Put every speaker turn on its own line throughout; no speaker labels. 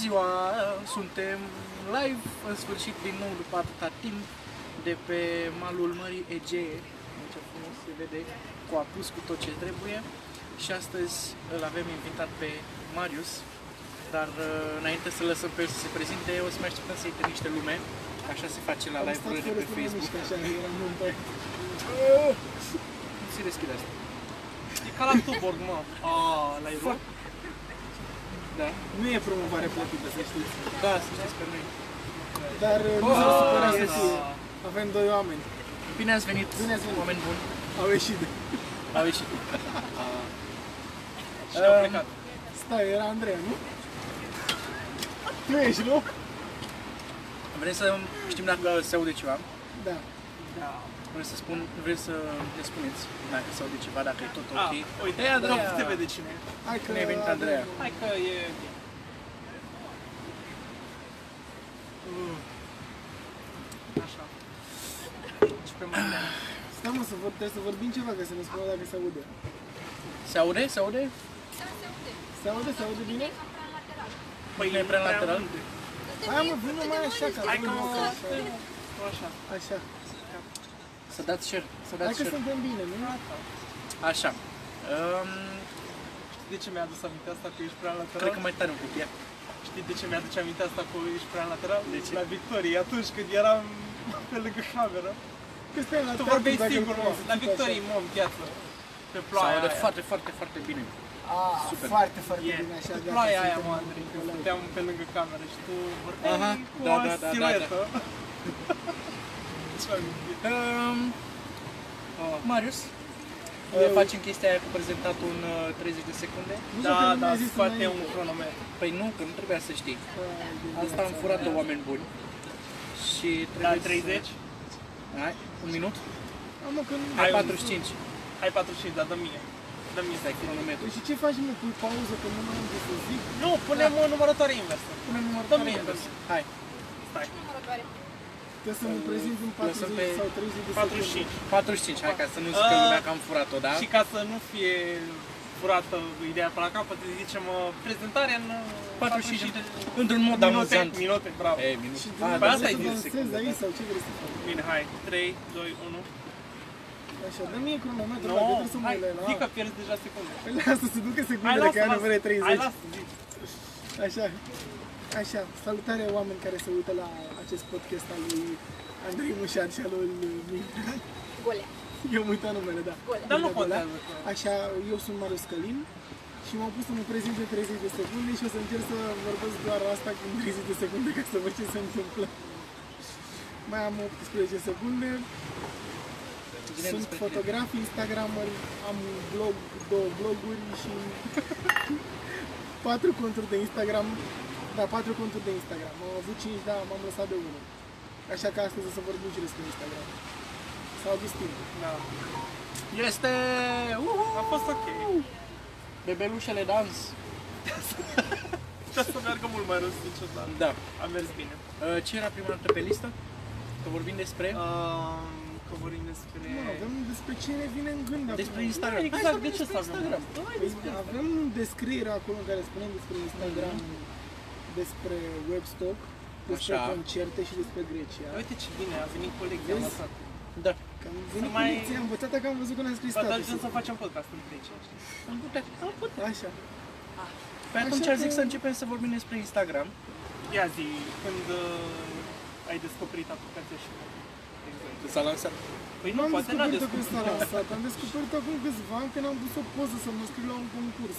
ziua! Suntem live în sfârșit din nou după atâta timp de pe malul Mării Egee. Deci frumos se vede cu apus cu tot ce trebuie. Și astăzi îl avem invitat pe Marius. Dar uh, înainte să lăsăm pe el să se prezinte, o să mai așteptăm să intre niște lume. Așa se face la
Am stat
live-uri
fără
de
să
pe
mă
Facebook.
mișc așa, eram în pe-
Nu se deschide asta. E ca la Tuborg, mă. Ah, l-ai luat? Da.
Nu e promovare plătită, să știți.
Da, să știți pe noi.
Dar uh, nu s-a supărat să fie. Avem doi oameni.
Bine ați venit,
Bine ați venit.
oameni buni.
Au ieșit.
Au ieșit. Și
au
au plecat.
plecat. Stai, era Andreea, nu? Tu ești, nu?
Vrem să știm dacă se aude ceva.
Da.
Vrem să spun, vrem să ne spuneți dacă se aude ceva, dacă e tot
Ah.
ok.
Uite, aia, da. dar
Andreea.
nu se vede cine e.
Hai că...
Bine ai venit, Andreea.
Hai că e... Mm. Așa. Și pe mai mult.
Stai mă, să vor, trebuie să vorbim ceva, ca să ne spună dacă se aude.
Se aude? Se aude?
Se aude? Se aude bine?
Păi nu e prea lateral.
Hai mă, vină mai așa, ca
Hai că
vină,
mă
mă,
fac.
așa.
Așa.
Așa.
Să dați share. Să
Hai
dați
că
share.
suntem bine, nu?
Așa. Um,
Știi de ce mi-a adus aminte asta cu ești prea
cred
lateral?
că mai tare un pic. ia.
Știi de ce mi-aduce aminte asta cu ești prea lateral?
De ce?
La Victorie, atunci când eram pe lângă cameră.
Că stai la
Tu
teatru,
vorbeai
dacă
singur, mă.
vrei să
La
ții
Victorie,
așa.
mă, în piață. Pe
Se
ploaia
aude
aia.
foarte, foarte, foarte bine.
Ah,
Super.
foarte, foarte
E,
bine, așa.
pe
gata,
ploaia aia,
suntem
mă,
în
Andrei, când
live.
stăteam pe lângă cameră și tu vorbeai
Aha,
cu
da,
o
da, da, da, da.
siluetă. Ce-am gândit?
Um, Marius,
Eu-
uh, facem chestia aia cu prezentatul în uh, 30 de secunde?
Nu știu că
Da,
nu mi-ai
da,
zis
scoate
înainte.
un cronometru.
Păi nu, că nu trebuia să știi.
Hai,
Asta am furat de oameni buni. Și
La
trebuie Să...
30?
Hai, un minut?
A, mă, că nu...
Hai 45.
Hai, Hai 45, dar da, dă mie. Dă mie să
Stai cronometru.
Păi și ce faci, mă, cu pauză, că nu mai am ce să zic?
Nu, punem o numărătoare inversă.
Punem numărul
Dă
tale
mie,
invers.
dă mie.
Hai,
Stai,
Trebuie să mă
Păi,
prezint în
Lăsăm
40
pe
sau 30 de secunde.
45.
45, hai ca să nu zică
Ah.
lumea că am furat-o, da?
Și ca să nu fie furată ideea până la capăt, îi zicem uh, prezentare în uh,
45 într-un mod
minute,
amuzant.
Da, minute, bravo.
Ei, minut.
Și
Ah,
după
dar
aia
asta
să
e din
dansez
secunde,
aici
da.
sau ce vrei să faci?
Bine, hai, 3, 2, 1.
Așa, dă mie cronometru,
No,
dacă trebuie să mă
hai,
uit la
zic că
ela.
pierzi deja secunde.
Păi Lasă să ducă
Hai,
secundele,
lasă,
că ea
lasă.
vrei
Hai,
30.
lasă, zici.
Așa. Așa, salutare oameni care se uită la acest podcast al lui Andrei Mușar și al lui Mihai.
Golea.
Eu am uitat numele, da.
Dar nu
Mihai Golea.
contează că...
Așa, eu sunt Marius Călin și m-am pus să mă prezint în 30 de secunde și o să încerc să vorbesc doar asta cu 30 de secunde ca să văd ce se întâmplă. Mai am 18 secunde.
Zine
Sunt
despre
fotograf, Instagramer, am un blog, două bloguri și patru conturi de Instagram. Da, patru conturi de Instagram. Am avut 5, dar m-am lăsat de unul. Așa că astăzi o să vorbim și despre Instagram. S-a adus timp.
Da.
tine. Este... Uhu!
A fost ok.
Bebelușele dans.
Putea să meargă mult mai rău, sincer, dar
Da.
a mers bine.
Uh, Ce era prima dată pe listă? Că vorbim despre...
Um, că vorbim despre...
Nu, avem despre ce ne vine în gând acum.
Despre
Da,
Instagram. Hai
exact, de
vorbim
ce să
despre
avem?
Păi, avem descrierea acolo în care spunem despre Instagram,
Mhm.
despre webstock, despre
Așa.
concerte și despre Grecia.
Uite ce bine, a venit colegii, am
Vezi?
lăsat.
Da.
Că am venit
Păi, Să
mai...
mai-
cu lecția învățată că am văzut că ne-am scris
Ba, dar
statusul.
vrem să facem podcast în Grecia, știi?
Am putea.
Așa.
Păi atunci
Așa
zic
că-
să începem să vorbim despre Instagram.
Ia zi, când uh, ai descoperit aplicația și Exact.
S-a lansat.
Păi
Nu
nu,
am
poate n-a
descoperit-o când s-a
descoperit.
lansat, am descoperit-o acum câțiva ani când am pus o poză să mă înscriu la un concurs.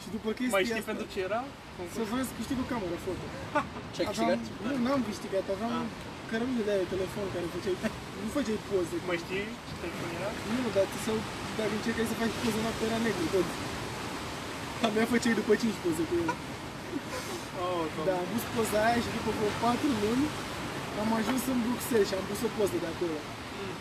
Și după chestia
Mai știi
asta,
pentru ce era?
să vreau să câștig o cameră foto.
Ce ai
Aveam,
câștigat?
nu, n-am câștigat, aveam
Ah.
cărămile de aia de telefon care făceai, nu făceai poze.
Mai știi ce telefon era?
Nu, dar tu sau, dacă încercai să faci poze noapte era negru tot. A mea făceai după 5 poze cu el.
Oh,
Dar am pus poza aia și după vreo 4 luni am ajuns în Bruxelles și am pus o poză de acolo.
Mm.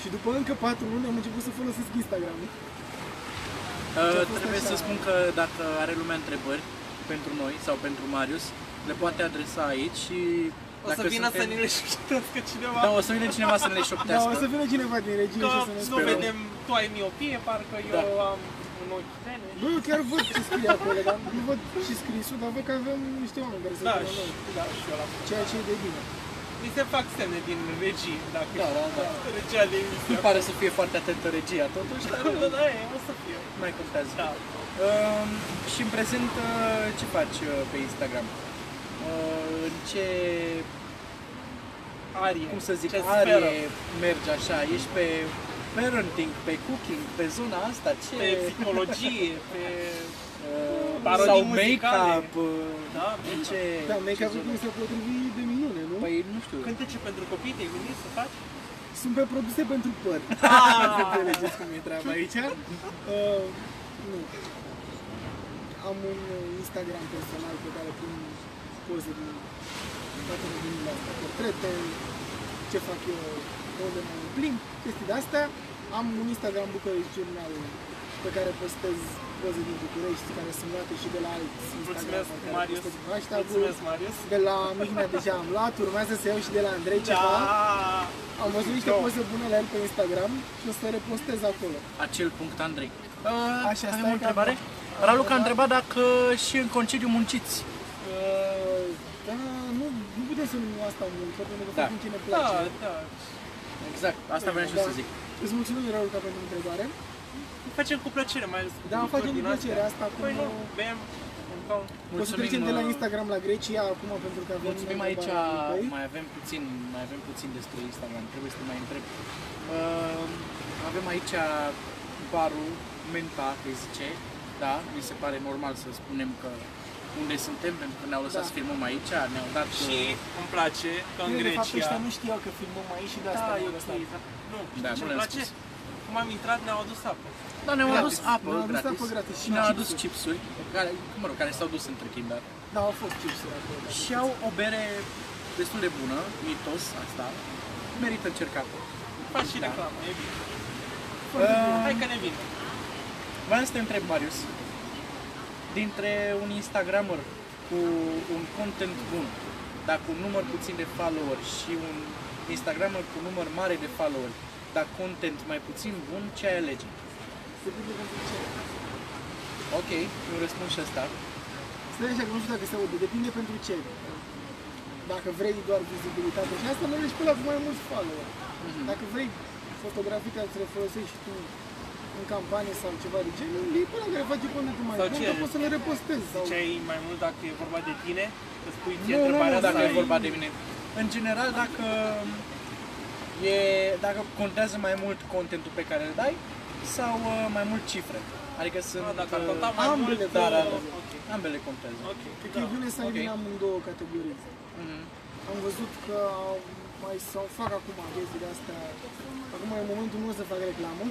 Și după încă 4 luni am început să folosesc instagram
Uh,
fost
trebuie
așa.
să spun că dacă are lumea întrebări pentru noi sau pentru Marius, le poate adresa aici și
O să vină să ne le citească cineva.
Da, o să vină cineva să ne le
Dar o
șoptească.
să vină cineva din regie
Da, Că
și o să ne
nu
spună.
vedem, tu ai miopie, parcă eu am
în ochi. Bă, eu chiar văd ce scrie acolo, dar nu văd și scrisul, dar văd că avem niște oameni care se
Da,
uită la
și,
noi.
da, și eu la
Ceea ce e de bine.
Mi se fac semne din regie, dacă
Da, da, da.
regia de emisie.
Nu pare să fie foarte atentă regia, totuși, dar
Da, da, e, o să fie.
mai contează.
Da.
Uh, și în prezent, uh, ce faci uh, pe Instagram? Uh, în ce
Arie.
cum să zic,
Ce
are,
sferă?
mergi așa, ești pe parenting, pe cooking, pe zona asta, ce...
Pe psihologie, pe...
uh,
parodii
sau
muzicale.
make-up, uh,
Da,
în ce...
Da,
ce
make-up
zonă?
cum se potrivi de minune, nu?
Păi nu știu,
Cântece pentru copii, te-ai gândit să faci?
Sunt pe produse pentru păr.
Ah!
Înțelegeți cum e treaba aici? Uh, nu. Am un uh, Instagram personal pe care pun poze din toate regiunile astea, portrete, ce fac eu, unde mă plimb, chestii de-astea. Am un Instagram București Journal pe care postez poze din București care sunt luate și de la alți Instagram
Mulțumesc, Marius. Mulțumesc, Marius.
de la Mihnea deja am luat, urmează să iau și de la Andrei
Da.
ceva. Am văzut niște
Da.
poze bune la el pe Instagram și o să repostez acolo.
acel punct Andrei. Uh,
Așa,
avem
stai
o
că-
întrebare?
am
Raluca a
întrebat-
întrebat dacă și în concediu munciți.
Uh, da, nu, nu putem să numim asta muncă, pentru că
Da.
facem ce ne
Da,
place.
da.
Exact, asta vreau și eu
Da.
să zic.
Îți mulțumim, Raluca, pentru întrebare.
Facem cu plăcere, mai ales cu
Da,
productori
facem cu
din
plăcere
astea.
asta.
Păi
cum,
nu,
uh,
bem, mâncăm.
O să trecem de la
uh,
Instagram la Grecia acum pentru că avem
Mulțumim
o
aici,
întrebare de voi.
mai avem puțin, mai avem puțin despre Instagram, trebuie să te mai întreb. Uh, avem aici barul Menta, îi zice, da, mi se pare normal să spunem că unde suntem, pentru că ne-au lăsat
Da.
să filmăm aici, ne-au dat
Și îmi place că în
Bine, Păi, de fapt,
Grecia...
ăștia nu știau că filmăm aici și de asta
Da, e
ne-au
ok,
lăsat.
dar nu,
Da,
știi
nu
ce îmi
le-am
place?
spus.
Cum am intrat, ne-au adus apă.
Da, ne-au
Gratis.
adus apă
Ne-au adus
gratis.
apă gratis
și
și
ne-au
chipsuri.
adus chipsuri, care, mă rog, care s-au dus între timp, dar
Da, au fost chipsuri acolo.
și au o bere destul de bună, mitos asta, merită încercată.
Faci și
Da.
reclamă, e bine.
Uh,
Hai că ne vine.
Vreau să te întreb, Marius, dintre un Instagrammer cu un content bun, dar cu un număr puțin de follower și un Instagrammer cu un număr mare de follower, dar content mai puțin bun, ce ai alege?
Depinde pentru ce.
Ok, eu răspund și asta.
Stai așa, că nu știu dacă se aude, depinde pentru ce. Dacă vrei doar vizibilitate și asta, mergi pe ăla cu mai mulți follower.
Mhm.
Dacă vrei fotografii care să le folosești și tu în campanie sau ceva de genul, iei pe ăla care face contentul mai
Sau
bun,
ce?
că poți să le repostezi. Sau...
Ziceai mai mult dacă e vorba de tine, îți pui ție
Nu, nu,
întrebarea
Nu dacă
asta
e vorba de mine. În general, dacă e, dacă contează mai mult contentul pe care îl dai sau uh, mai mult cifre. Adică sunt
Ah, dacă ar
uh,
conta mai
ambele
mult, uh,
da, da, da.
Ok,
ambele contează.
ok,
Cred că
da.
e bine să ai
ok.
din amândouă categorii.
Mhm.
Am văzut că au mai sau fac acum chestii de astea. Acum e momentul nu o să fac reclamă.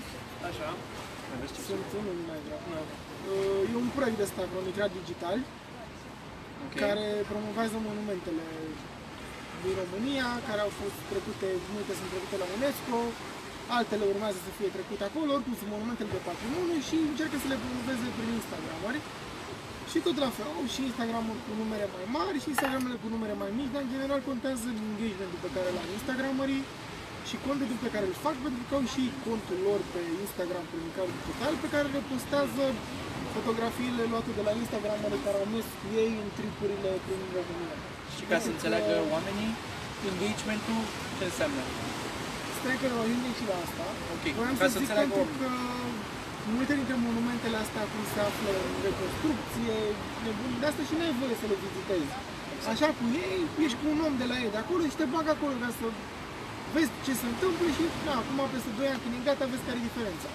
Așa.
Mai vezi ce
Sunt unul nu mai vreau.
Nu.
Uh, E un proiect de ăsta, cronicrat digital,
Ok.
care promovează monumentele din România, care au fost trecute, multe sunt trecute la UNESCO, altele urmează să fie trecute acolo, oricum sunt monumentele de patrimoniu și încearcă să le promoveze prin Instagram Și tot la fel, au și Instagram-uri cu numere mai mari și Instagramele cu numere mai mici, dar în general contează engagementul pe care l-au Instagramării și contentul pe care îl fac, pentru că au și ei contul lor pe Instagram prin care digital, pe care le postează fotografiile luate de la Instagram care au mers cu ei în tripurile prin România.
Și ca să înțeleagă oamenii, engagementul ce înseamnă?
Stai că ajungem și la asta.
Ok,
Vreau
ca
să
să
zic
înțeleagă
pentru
omul.
că multe dintre monumentele astea cum se află în reconstrucție, nebunii de asta și nu ai voie să le vizitezi. Așa cu ei, ești cu un om de la ei de acolo și te bag acolo ca să vezi ce se întâmplă și na, acum peste 2 ani când e gata vezi care e diferența.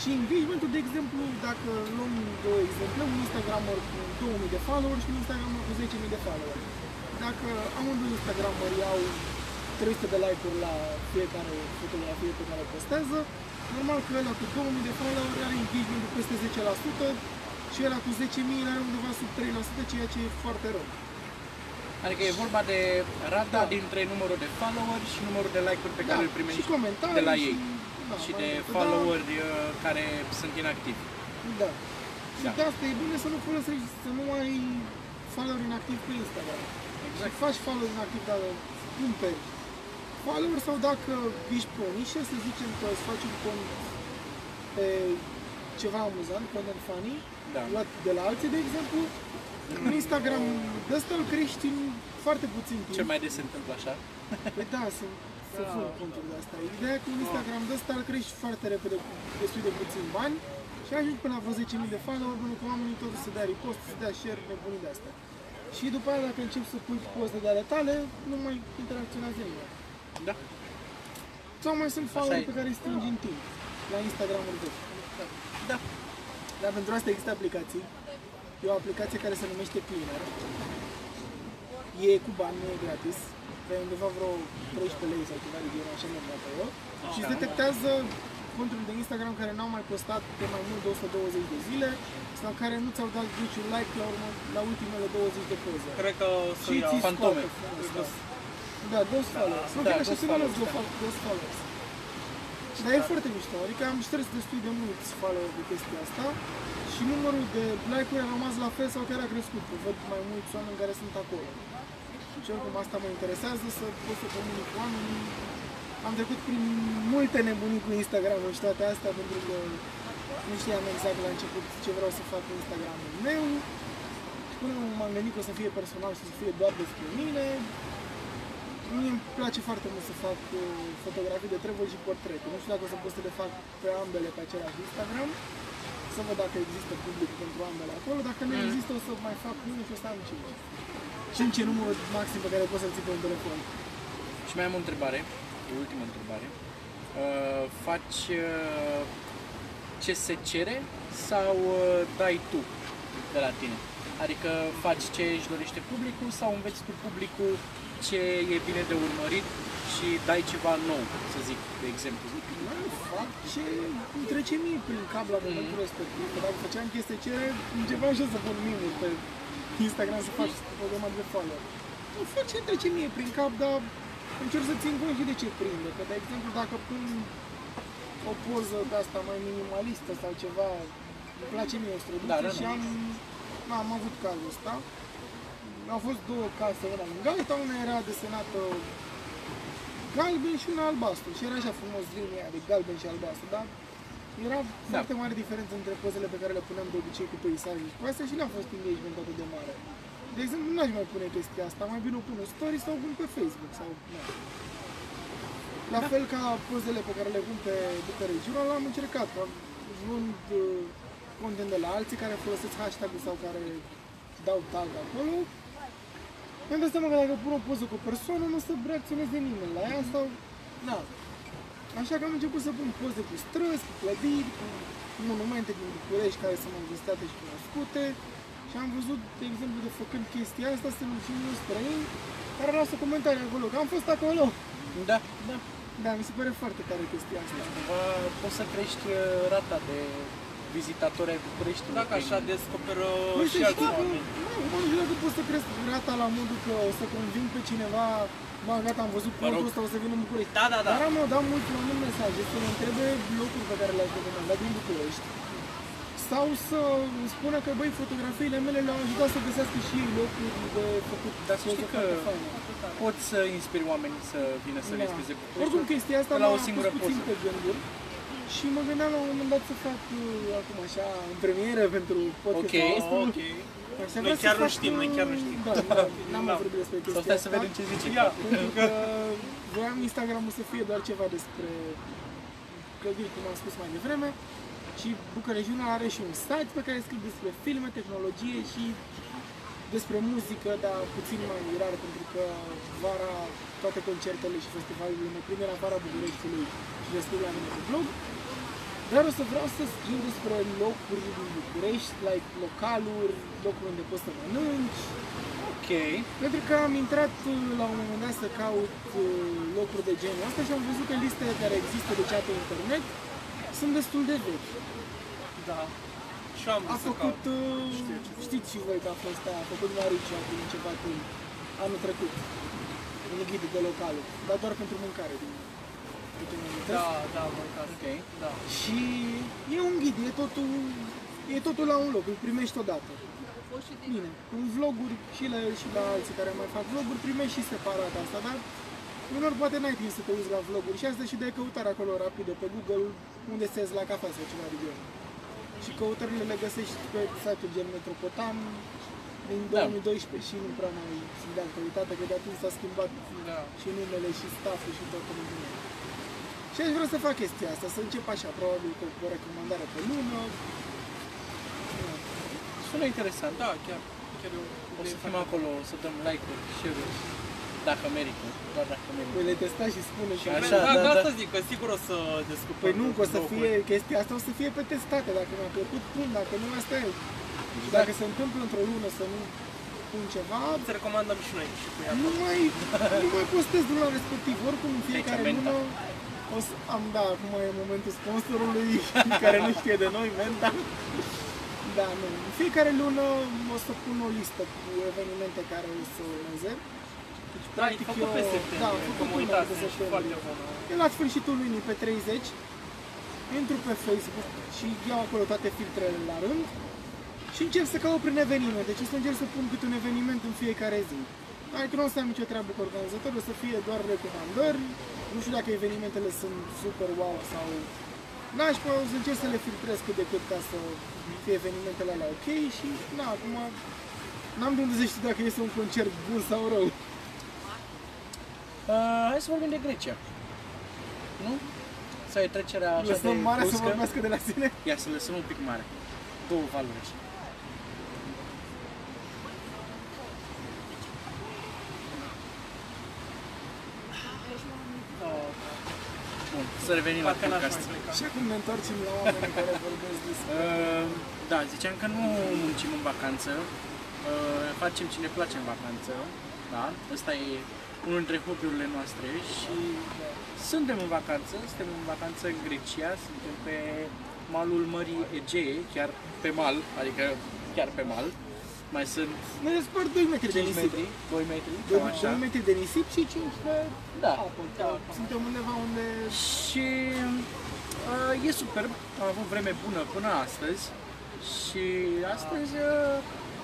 Și engagementul, de exemplu, dacă luăm două exemple, un Instagramer cu 2000 de follower și un Instagramer cu 10.000 de follower. Dacă amândoi Instagrameri au 300 de like-uri la fiecare fotografie pe care o postează, normal că ăla cu 2000 de follower are engagement peste 10% și ăla cu 10.000 are undeva sub 3%, ceea ce e foarte rău.
Adică e vorba de rata
Da.
dintre numărul de follower și numărul de like-uri pe care îl
și
primești
comentarii
de la ei.
Și, da,
și
mai
de
departe, dar-
followeri uh, care sunt inactivi.
Da. Și
Da.
de asta e bine să nu folosești, să nu ai follower inactiv pe Instagram. Exact. Faci follower inactiv dacă cumperi follower sau dacă ești pe o nișă, să zicem că îți faci un cont pe ceva amuzant, content funny,
Da. Mm.
luat de la alții, de exemplu. În Instagram, de ăsta îl crești în foarte puțin timp.
Ce mai des se întâmplă așa?
Păi da, sunt, sunt
Da,
fără
da.
conturi de asta. Ideea e că un Instagram de ăsta îl crești foarte repede cu destul de puțin bani și ajungi până la vreo 10.000 de follower până că oamenii tot să dea repost, să dea share, nebunii de asta. Și după aia dacă începi să pui poze de ale tale, nu mai interacționează nimeni.
Da.
Sau mai sunt follower
e.
pe care îi strângi în timp la Instagram-ul tău.
Da.
Dar pentru asta există aplicații. E o aplicație care se numește Cleaner. E cu bani, nu e gratis. Pe undeva vreo 13 lei sau ceva de genul, așa mi-am dat eu. Și
Da.
îți detectează conturile de Instagram care n-au mai postat de mai mult de 120 de zile sau care nu ți-au dat niciun like la, urmă, la ultimele 20 de poze.
Cred că o să
Și
iau.
ți
fantome.
Da, Ghost Followers. Mă,
da,
chiar așa
Ghost
se numesc
Followers,
Ghost
da.
Fo- Ghost Followers. Dar e foarte mișto, adică am șters destul de mulți follower de chestia asta și numărul de like-uri a rămas la fel sau chiar a crescut, că văd mai mulți oameni care sunt acolo. Și oricum asta mă interesează, să pot să comunic cu oamenii. Am trecut prin multe nebunii cu instagram și toate astea, pentru că nu știam exact la început ce vreau să fac cu Instagram-ul meu. Până m-am gândit că o să fie personal și să fie doar despre mine, Mie îmi place foarte mult să fac uh, fotografii de treburi și portrete. Nu știu dacă o să pot să le fac pe ambele pe același Instagram. Să văd dacă există public pentru ambele acolo. Dacă nu există, o să mai fac unul și o să am cinci. Cinci e numărul maxim pe care poți să-l ții pe un telefon.
Și mai am o întrebare, e ultima întrebare. Uh, faci uh, ce se cere sau uh, dai tu de la tine? Adică faci ce își dorește publicul sau înveți tu publicul ce e bine de urmărit și dai ceva nou, să zic, de exemplu.
Nu, fac ce îmi trece mie prin cap la momentul
Mhm.
respectiv. Că dacă făceam chestii ce începeam și eu să pun mine pe Instagram să fac programa de follow. Nu fac ce îmi trece mie prin cap, dar încerc să țin cont și de ce prinde. Că, de exemplu, dacă pun o poză de asta mai minimalistă sau ceva, îmi place mie o străduță
Da, da,
și
da.
am, na, am avut cazul ăsta. Au fost două case, una lângă alta, una era desenată galben și un albastru. Și era așa frumos linia aia de galben și albastru, dar era foarte mare diferență între pozele pe care le puneam de obicei cu peisaje și cu astea și n-a fost engagement atât de mare. De exemplu, n-aș mai pune chestia asta, mai bine o pun în story sau o pun pe Facebook sau... Na. La fel ca pozele pe care le pun pe Bucăre Jura, l-am încercat. Am vând uh, content de la alții care folosesc hashtag-ul sau care dau tag acolo. Mi-am dat seama că dacă pun o poză cu o persoană, nu o să reacționeze nimeni la ea sau... Da. Așa că am început să pun poze cu străzi, cu clădiri, cu monumente din București care sunt mai vizitate și cunoscute. Și am văzut, de exemplu, de făcând chestia asta, sunt și unul străin care lasă comentarii acolo, că am fost acolo.
Da, da.
Da, mi se pare foarte tare chestia asta.
Cumva poți să crești uh, rata de vizitatori ai Bucureștiului.
Dacă
prin-
așa descoperă
Nu
și
știu,
alți
știu că,
oameni.
mă, nu știu dacă poți să crezi rata la modul că o să conving pe cineva, mă, gata, am văzut contul ăsta, o să vin în București.
Da, da, da.
Dar am dat mult la un mesaj, să ne întrebe locuri pe care le-aș recomanda din București. Sau să îmi spună că, băi, fotografiile mele le-au ajutat să găsească și ei locuri de făcut
Dar să
poze
știi că
foarte faine.
poți să inspiri oamenii să vină să
Da.
viziteze Bucureștiul.
Oricum chestia asta
la
m-a
o singură
pus puțin
poză.
pe gânduri și mă gândeam la un moment dat să fac uh, acum așa în premieră pentru podcastul
Ok.
nostru.
Ok.
Așa
Noi
vreau să
chiar nu
fac,
știm, noi chiar nu știm.
Da, da, n-am mai
Da.
vorbit despre
Sau
chestia
stai să
asta.
vedem ce zice.
Ia.
Pentru că voiam Instagramul să fie doar ceva despre clădiri, cum am spus mai devreme. Și Bucureștiul are și un site pe care scriu despre filme, tehnologie și despre muzică, dar puțin mai rar, pentru că vara toate concertele și festivalurile ne prind în afara Bucureștiului și le scriu la mine pe blog. Dar o să vreau să scriu despre locuri din București, like localuri, locuri unde poți să mănânci,
Ok.
pentru că am intrat uh, la un moment dat să caut uh, locuri de genul ăsta și am văzut că listele care există de chat pe internet sunt destul de vechi.
Da. Și eu am
A
vrut să
făcut,
caut.
uh,
Știu ce zic.
știți și voi că a fost aia, a făcut Marici acum ceva timp, anul trecut, un ghid de localul, dar doar pentru mâncare din câte îmi amintesc.
Da, da, mă uitați.
Ok.
Da.
Și e un ghid, e totul, e totul la un loc, îl primești odată. Bine, în vloguri și la el și la alții care mai fac vloguri, primești și separat asta, dar unor poate n-ai timp să te uiți la vloguri și asta și dai căutare acolo rapidă pe Google unde se la cafea sau ceva de genul. Și căutările le găsești pe site-uri gen Metropotam din
Da.
2012 și nu prea mai sunt de actualitate, că de atunci s-a schimbat
Da.
și numele și stafful și toată lumea. Și aș vrea să fac chestia asta, să încep așa, probabil cu o recomandare pe lună. Da.
Sună interesant, da, chiar.
Chiar eu
O să fim acolo, o să dăm like-uri, share-uri, dacă merită, doar dacă merită.
Voi Păi le testa și spune și
Așa,
Așa, da,
da,
da,
da.
asta zic, că sigur o să descoperim.
Păi nu, că o să
locuri.
fie, chestia asta o să fie pe testate, dacă mi-a plăcut, pun, dacă nu, asta e. Și
Exact.
dacă se întâmplă într-o lună să nu pun ceva,
Îți recomandăm și noi și cu ea.
nu mai, nu mai postez luna respectiv. Oricum, în fiecare
Deci,
lună o să am, da, acum e momentul sponsorului care nu știe de noi, menta. Da, nu. În fiecare lună o să pun o listă cu evenimente care o să organizez. Deci,
Da, ai făcut pe
da,
septembrie,
am făcut
că mă
până
uitasem
pe
și foarte
septembrie.
bună.
E la sfârșitul lunii, pe 30, intru pe Facebook și iau acolo toate filtrele la rând și încep să caut prin evenimente. Deci o să încerc să pun câte un eveniment în fiecare zi. Adică nu o să am nicio treabă cu organizatorul, o să fie doar recomandări. Nu știu dacă evenimentele sunt super wow sau... Da, și o să încerc să le filtrez cât de cât ca să fie evenimentele alea ok și, na, acum n-am de unde să știu dacă este un concert bun sau rău.
Uh, hai să vorbim de Grecia. Nu? Sau e trecerea așa
Lăsăm
de
marea să
bruscă?
vorbească de la sine.
Ia să lăsăm un pic mare. Două valuri așa. Da. Bun, să revenim la
Parcă n-aș
podcast.
mai pleca.
Și acum ne întoarcem la oameni care vorbesc despre...
Uh, da, ziceam că nu muncim în vacanță, uh, facem ce ne place în vacanță, da? Ăsta e unul dintre hobby-urile noastre și suntem în vacanță, suntem în vacanță în Grecia, suntem pe malul Mării Egee, chiar pe mal, adică chiar pe mal. Mai sunt
Noi despăr 2 metri de
5
nisip.
metri, 2 metri,
Da.
cam
2,
așa.
2 metri de nisip și 5 de
Da.
apă. Da. Suntem undeva unde...
și uh, e superb, am avut vreme bună până astăzi și astăzi uh,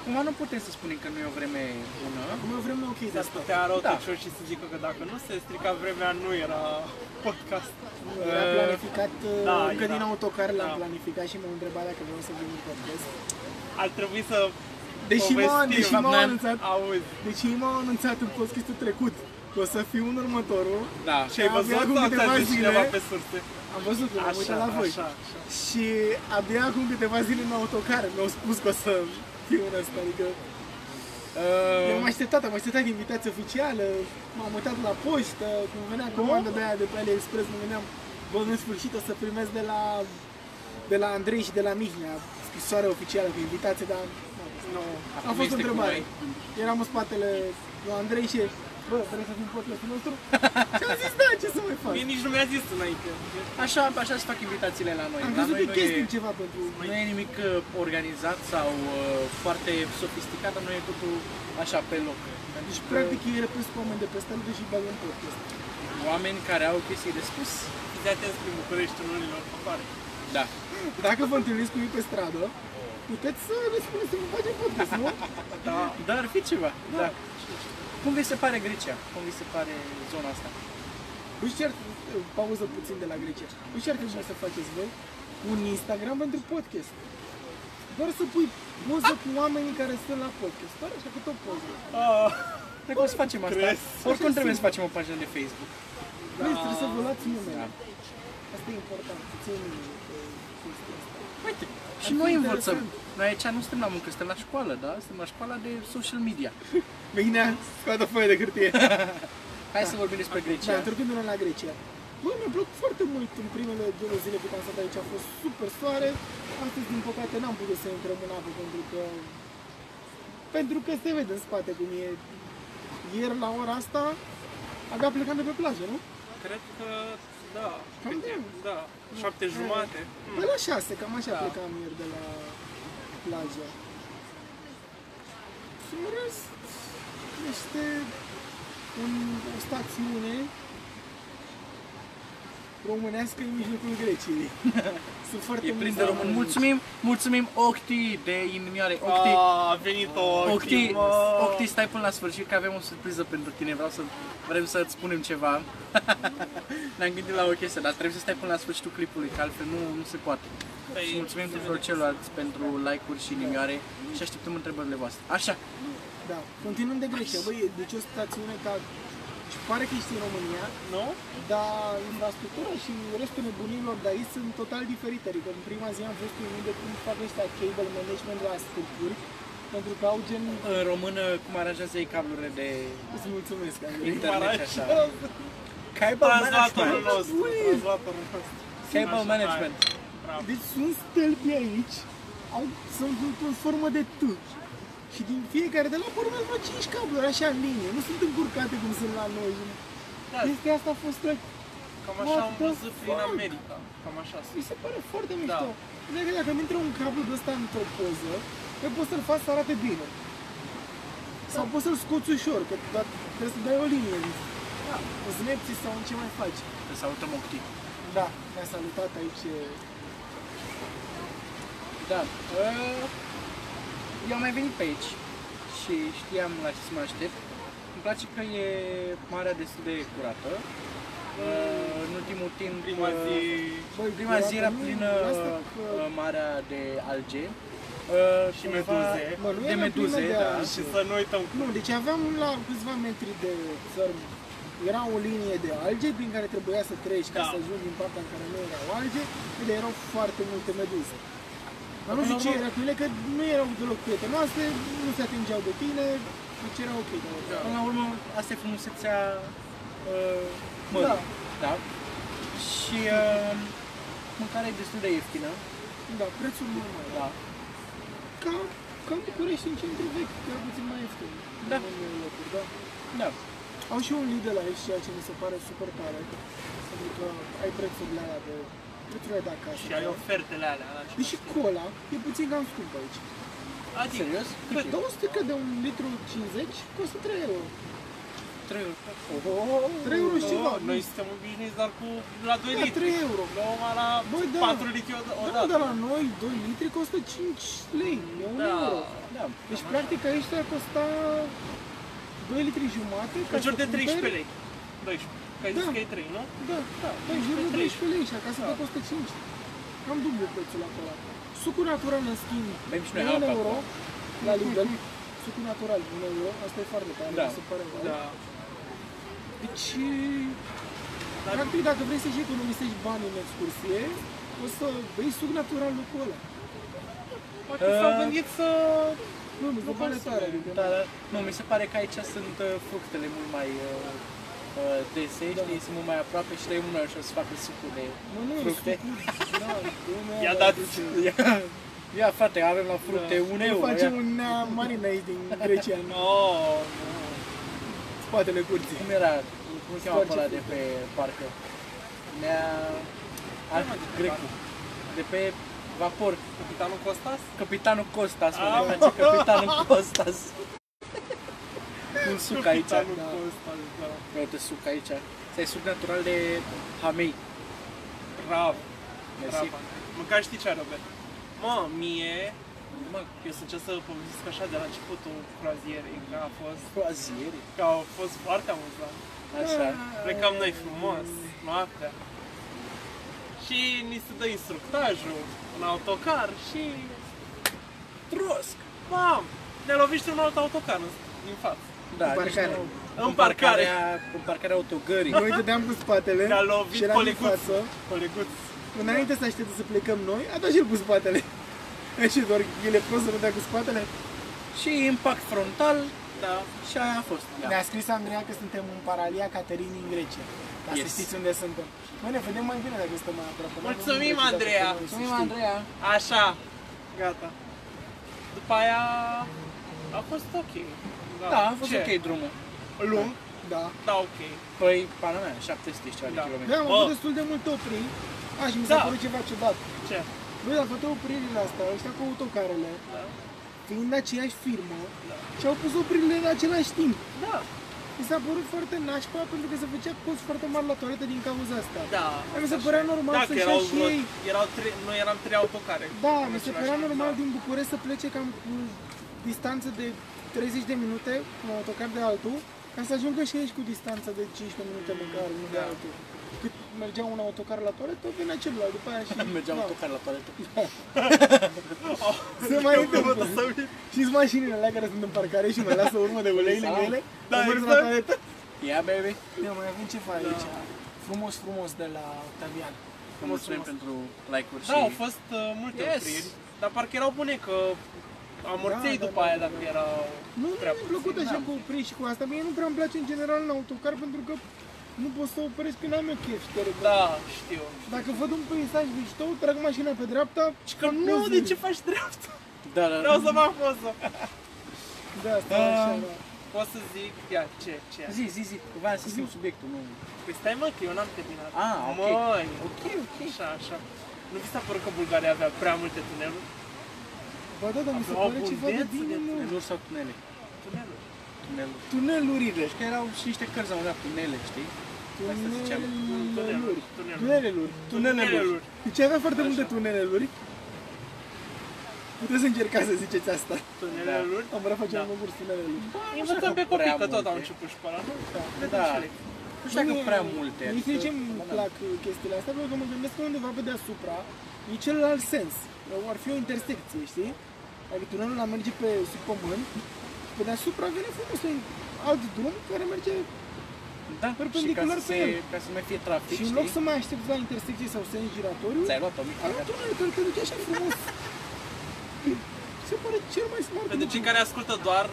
cumva nu putem să spunem că nu e o vreme bună.
Acum e o vreme ok de
S-ar
asta.
putea
Da.
răutăcior și să zică că dacă nu se strica vremea, nu era podcast.
Era planificat,
da,
da, încă
era.
din autocar l-am
Da.
planificat și m-am întrebat dacă vreau să vin în podcast.
Ar trebui să
Deși m-au,
povestim.
deși m-au anunțat,
Auzi,
deși Deci m-au anunțat în podcastul trecut că o să fiu în următorul,
Da,
și ai
Abia
văzut
acum
sau
câteva
ți-a zis
zile-
cineva pe surse?
am văzut că m-am
Așa,
uitat la voi.
așa, așa.
Și abia acum câteva zile în autocar mi-au spus că o să fiu în asta, adică Eu am
uh,
așteptat, am așteptat invitația oficială, m-am uitat la poștă, când venea comanda de aia de pe AliExpress, mă gândeam, bă, în sfârșit o să primesc de la, de la Andrei și de la Mihnea scrisoarea oficială cu invitație, dar nu a fost.
Nu.
Acum
a fost o
este cu
întrebare.
noi.
Eram în spatele lui Andrei și bă, vrei să fim podcastul nostru? și am zis, da, ce să mai fac?
Mie nici nu mi-a zis înainte.
așa, așa se fac invitațiile la noi.
Am
la
crezut
noi
că
nu
chestii
e,
ceva pentru...
nu e nimic uh, organizat sau uh, foarte sofisticat, dar noi e totul așa pe loc. uh,
Deci, practic, ei repesc oameni de peste lume și îi bag în podcast.
Oameni care au chestii de spus,
Fiți atenți prin București în lunile următoare.
da.
Dacă vă întâlniți cu ei pe stradă, puteți să ne spuneți să vă facem podcast, nu?
Da. Dar ar fi ceva, da. da. Cum vi se pare Grecia? Cum vi se pare zona asta?
Își cer, pauză puțin de la Grecia. Își ar trebui să faceți voi un Instagram pentru podcast. Doar să pui poză cu oamenii care sunt la podcast. Doar așa cu tot poză.
Ah,
Cred că o să
Oh,
facem asta.
Crezi?
Oricum trebuie să facem o pagină de Facebook.
Da. trebuie să vă luați
Da.
numele. Asta e important. Puțin eh, chestia asta.
Uite,
Ar
și
fi
noi învățăm.
interesant.
Noi aici nu suntem la muncă, suntem la școală, da? Suntem la școala de social media.
Bine, scoate o foaie de hârtie.
Hai să vorbim despre Grecia.
Da, întorcându-ne la Grecia. Bă, mi-a plăcut foarte mult în primele două zile cât am stat aici, a fost super soare. Astăzi, din păcate, n-am putut să intrăm în apă pentru că... Pentru că se vede în spate cum e. Ieri, la ora asta, abia plecam de pe plajă, nu?
Cred că da.
Cam
Cred că-
greu.
Da. Șapte jumate.
Pe Păi la șase, cam așa
Da.
plecam ieri de la plajă. Și în rest, este un, o stațiune românească în mijlocul Greciei. Sunt foarte
E plin
mulți
de români.
români.
Mulțumim, mulțumim Octi de inimioare. Octi,
A, a venit o
Ah, Octi,
mă.
Octi, stai până la sfârșit că avem o surpriză pentru tine. Vreau să vrem să îți spunem ceva. Ne-am gândit la o chestie, dar trebuie să stai până la sfârșitul clipului, că altfel nu, nu se poate.
Păi,
și mulțumim
se
tuturor
vede.
celorlalți pentru like-uri și inimioare și așteptăm întrebările voastre. Așa,
Da. Continuăm de Grecia. Băi, e- deci o stațiune ca... Și pare că ești în România,
Nu?
dar infrastructura Da, și restul nebunilor de aici sunt total diferite. Adică în prima zi am fost uimit de cum fac ăștia cable management la stâlpuri, pentru că au gen...
în română, cum aranjează ei cablurile de
Îți mulțumesc, Andrei.
internet și așa? Cable
Translatorul
management.
nostru. Translatorul nostru.
Cable
Așa,
management.
hai. Bravo.
Deci sunt stâlpi aici, au, sunt în formă de T. Și din fiecare de la pornesc vreo 5 cabluri, așa în linie. Nu sunt încurcate cum sunt la noi.
Da,
Chestia asta a fost trec.
Cam așa am
What the
văzut prin
fuck?
America. Cam așa.
Mi se pare foarte mișto. Da. că dacă îmi intră un cablu de ăsta într-o poză, că poți să-l faci să arate bine. Sau poți să-l scoți ușor, că doar trebuie să dai o linie. Da. O snapsi sau în ce mai faci.
Te salutăm, Octi.
Da, mi-a salutat aici. e,
Da. Uh, Eu am mai venit pe aici și știam la ce să mă aștept. Îmi place că e marea destul de curată. Uh, În ultimul timp,
Prima
uh,
zi...
Băi,
prima zi era
nu,
plină
asta că-
uh, marea de alge. Uh,
Și
cumva-
meduze.
Mă, nu
de
era plină
meduze,
de
da.
alge.
Și să nu uităm
Nu, deci aveam la câțiva metri de țărm. Era o linie de alge prin care trebuia să treci ca
Da.
să ajungi din partea în care nu erau alge, unde erau foarte multe meduze. Dar nu
Până
știu
la
ce
urmă-
era cu ele, că nu erau deloc prietenoase, nu se atingeau de tine, deci era ok. Dar, da.
Până la urmă, asta e frumusețea uh,
Da.
mării. Da. Și uh, mâncarea e destul de ieftină.
da, prețul nu mai era.
Da.
Ca, ca în București, în centru vechi, era puțin mai ieftin.
Da.
În unele locuri, da.
Da.
Au și un lid de la aici, ceea ce mi se pare super tare. Pentru că ai prețurile alea de... prețurile de acasă.
Și ai ofertele alea. da, la
Deși cola e puțin cam scumpă aici. Păi,
Adică,
Serios? Cât e?
200 că de un litru 50 costă 3 euro.
3 euro.
3 euro și ceva.
nu, noi suntem obișnuiți doar cu la 2
Da,
litri.
3 euro.
Nouă mai la
Băi, da.
4 litri o-
Da, dar la
odată.
noi 2 litri costă 5 lei, e 1 euro.
Da.
Deci practic aici ar costa 2 litri jumate. ca
În jur
să
de
cumperi-
13 lei. 12. Că ai zis
Da.
că e 3, nu?
Da, da, da, în jur de
13
13 lei și acasă te costă 5. Cam dublu prețul la cola. Sucul natural, în schimb,
Bem și noi
1
apă
euro
acum.
la Lidl. Sucul natural, 1 euro, asta e foarte tare,
Da.
mi se pare wow.
Da.
Deci,
Dar-
practic, dacă vrei să-și economisești banii în excursie, o să bei suc natural lucrul ăla.
Poate s-au
Uh,
gândit să...
Nu, mi se
Nu
pare
consumă.
tare. Adică,
Da, da. Nu, mi se pare că aici sunt uh, fructele mult mai uh, uh, dese,
Da.
știi, sunt mult mai aproape și trăim mult mai ușor să facă sucul de...
Mă, nu,
Fructe.
sucul, da, de un euro,
I-a dat...
adică,
Ia, ia frate, avem la fructe da. un
ne
euro,
facem
ia.
un nea marin aici din Grecia, în
Oh,
spatele curții.
Cum era, cum se cheamă pe ăla de pe parcă? Nea... Alt
Cum adică
grecu. De pe vapor.
Capitanul Costas?
Capitanul Costas, mă,
Ah.
ne face capitanul Costas. Un suc aici.
Capitanul
Da.
Costas, da.
Vreau de suc aici. Să ai suc natural de hamei.
Bravo.
Mersi.
Bravo. Măcar știi ce are Robert. Mă, mie...
Mă,
Eu să încerc să povestesc așa de la începutul croazierei, că a fost,
croaziere.
că a fost foarte amuzant.
Așa.
Plecam noi frumos, noaptea. Și ni se dă instructajul în autocar și... Trosc! Mam! Ne lovește un alt autocar în- din față.
Da,
În parcare.
nici nu-
În parcare.
parcarea- În parcarea autogării.
Noi dădeam cu spatele
Ne-a lovit
și era din
coleguț.
față.
Coleguț.
Înainte să aștepte să plecăm noi, a dat și el cu spatele. Și doar el e prost să nu dea cu spatele.
Și impact frontal
Da.
și aia a fost. Da.
Ne-a scris Andreea că suntem în Paralia Caterinii în Grecia. Dar să
Yes.
știți unde suntem. Mă, ne vedem mai bine dacă stăm mai aproape.
Mulțumim,
Nu ne vedem
Andreea.
dacă noi, să
Mulțumim,
știi.
Andreea.
Așa. Gata. După aia a fost ok.
Da, a fost
Ce?
ok drumul.
Lung?
Da.
Da, ok.
Păi, pana mea, 700 și ceva de
Da.
Noi
kilometri.
am
Bă.
avut destul de mult opriri. A, și mi s-a
Da.
părut ceva ciudat.
Ce?
Noi la toate opririle astea, ăștia cu autocarele,
Da.
fiind aceeași firmă,
Da.
și-au pus opririle în același timp.
Da.
mi s-a părut foarte nașpa pentru că se făcea cost foarte mari la toaletă din cauza asta.
Da.
Dar mi se părea normal
Dacă
să-și ia
erau,
și
vreo-
ei.
erau trei, noi eram trei autocare.
Da,
În
mi se
același
părea
timp,
normal
da.
din București să plece cam cu distanță de 30 de minute cu un autocar de altul, ca să ajungă și aici cu distanță de 15 minute măcar unul de
da.
altul. Cât mergea un autocar la toaletă, vinea celălalt, după aia și...
Mergeam
da.
da. autocar la toaletă.
Se mai
Eu
întâmplă.
căutam să uit.
și mașinile alea care sunt în parcare și mă lasă urmă de ulei lângă ele,
Da,
am mers la
exact.
toaletă.
Ia, baby! Da.
Eu mai avem ceva aici. Frumos, frumos de la Octavian.
Vă mulțumim pentru like-uri
Da, au
și...
fost uh, multe
Yes.
opriri, dar parcă erau bune că amorței
Da, da,
după
da,
aia
da,
dacă erau
Nu, nu
prea
mi-a plăcut
puțin.
așa cu opri și cu asta. Mie nu prea îmi place în general în autocar pentru că nu pot să opresc când am eu chef, te rog.
Da, știu.
Dacă văd un peisaj mișto, trag mașina pe dreapta
Și că nu, de ce faci dreapta?
Da, da,
Vreau să fac poză.
Da, asta e așa, da.
Pot să zic, ia, ce, ce?
Zi, zi, zi, vreau să schimb subiectul, nu...
Păi stai mă, că eu n-am terminat.
Ah, ok.
Măi, ok, ok. Așa, așa. Nu vi s-a părut că Bulgaria avea prea multe tuneluri?
Ba da, dar mi se
Aveau
pare ceva de
abundență
bine,
de
mă.
Tuneluri sau tunele?
Tuneluri.
Tuneluri. Tunelurile, știi că erau și niște cărți la un dat, tunele, știi? Asta ziceam.
Tuneluri.
Tuneluri.
Tuneleluri.
Tuneluri.
Deci avea foarte multe tuneleluri. Puteți încerca să ziceți asta.
Tuneluri.
Am vrea face
Da.
un concurs tuneleluri.
Îi învățăm pe
prea
copii că tot
multe.
au început școala, nu?
Da.
Le dăm
Da.
și le.
Nu știu
Mie-
dacă prea multe.
Mie știi de ce
Ba
îmi
da.
plac uh, chestiile astea? Pentru că mă gândesc că undeva pe deasupra e celălalt sens. Ar fi o intersecție, știi? Adică tunelul ăla merge pe sub pământ și pe deasupra vine frumos un alt drum care merge
Da,
perpendicular
și ca să,
pe
se-
el.
ca să mai fie trafic,
și în loc să mai aștepți la intersecție sau sens giratoriu,
Ți-ai luat o mică
ai un tunel care te duce așa frumos. Se pare cel mai smart
Pentru cei
lucru.
care ascultă doar,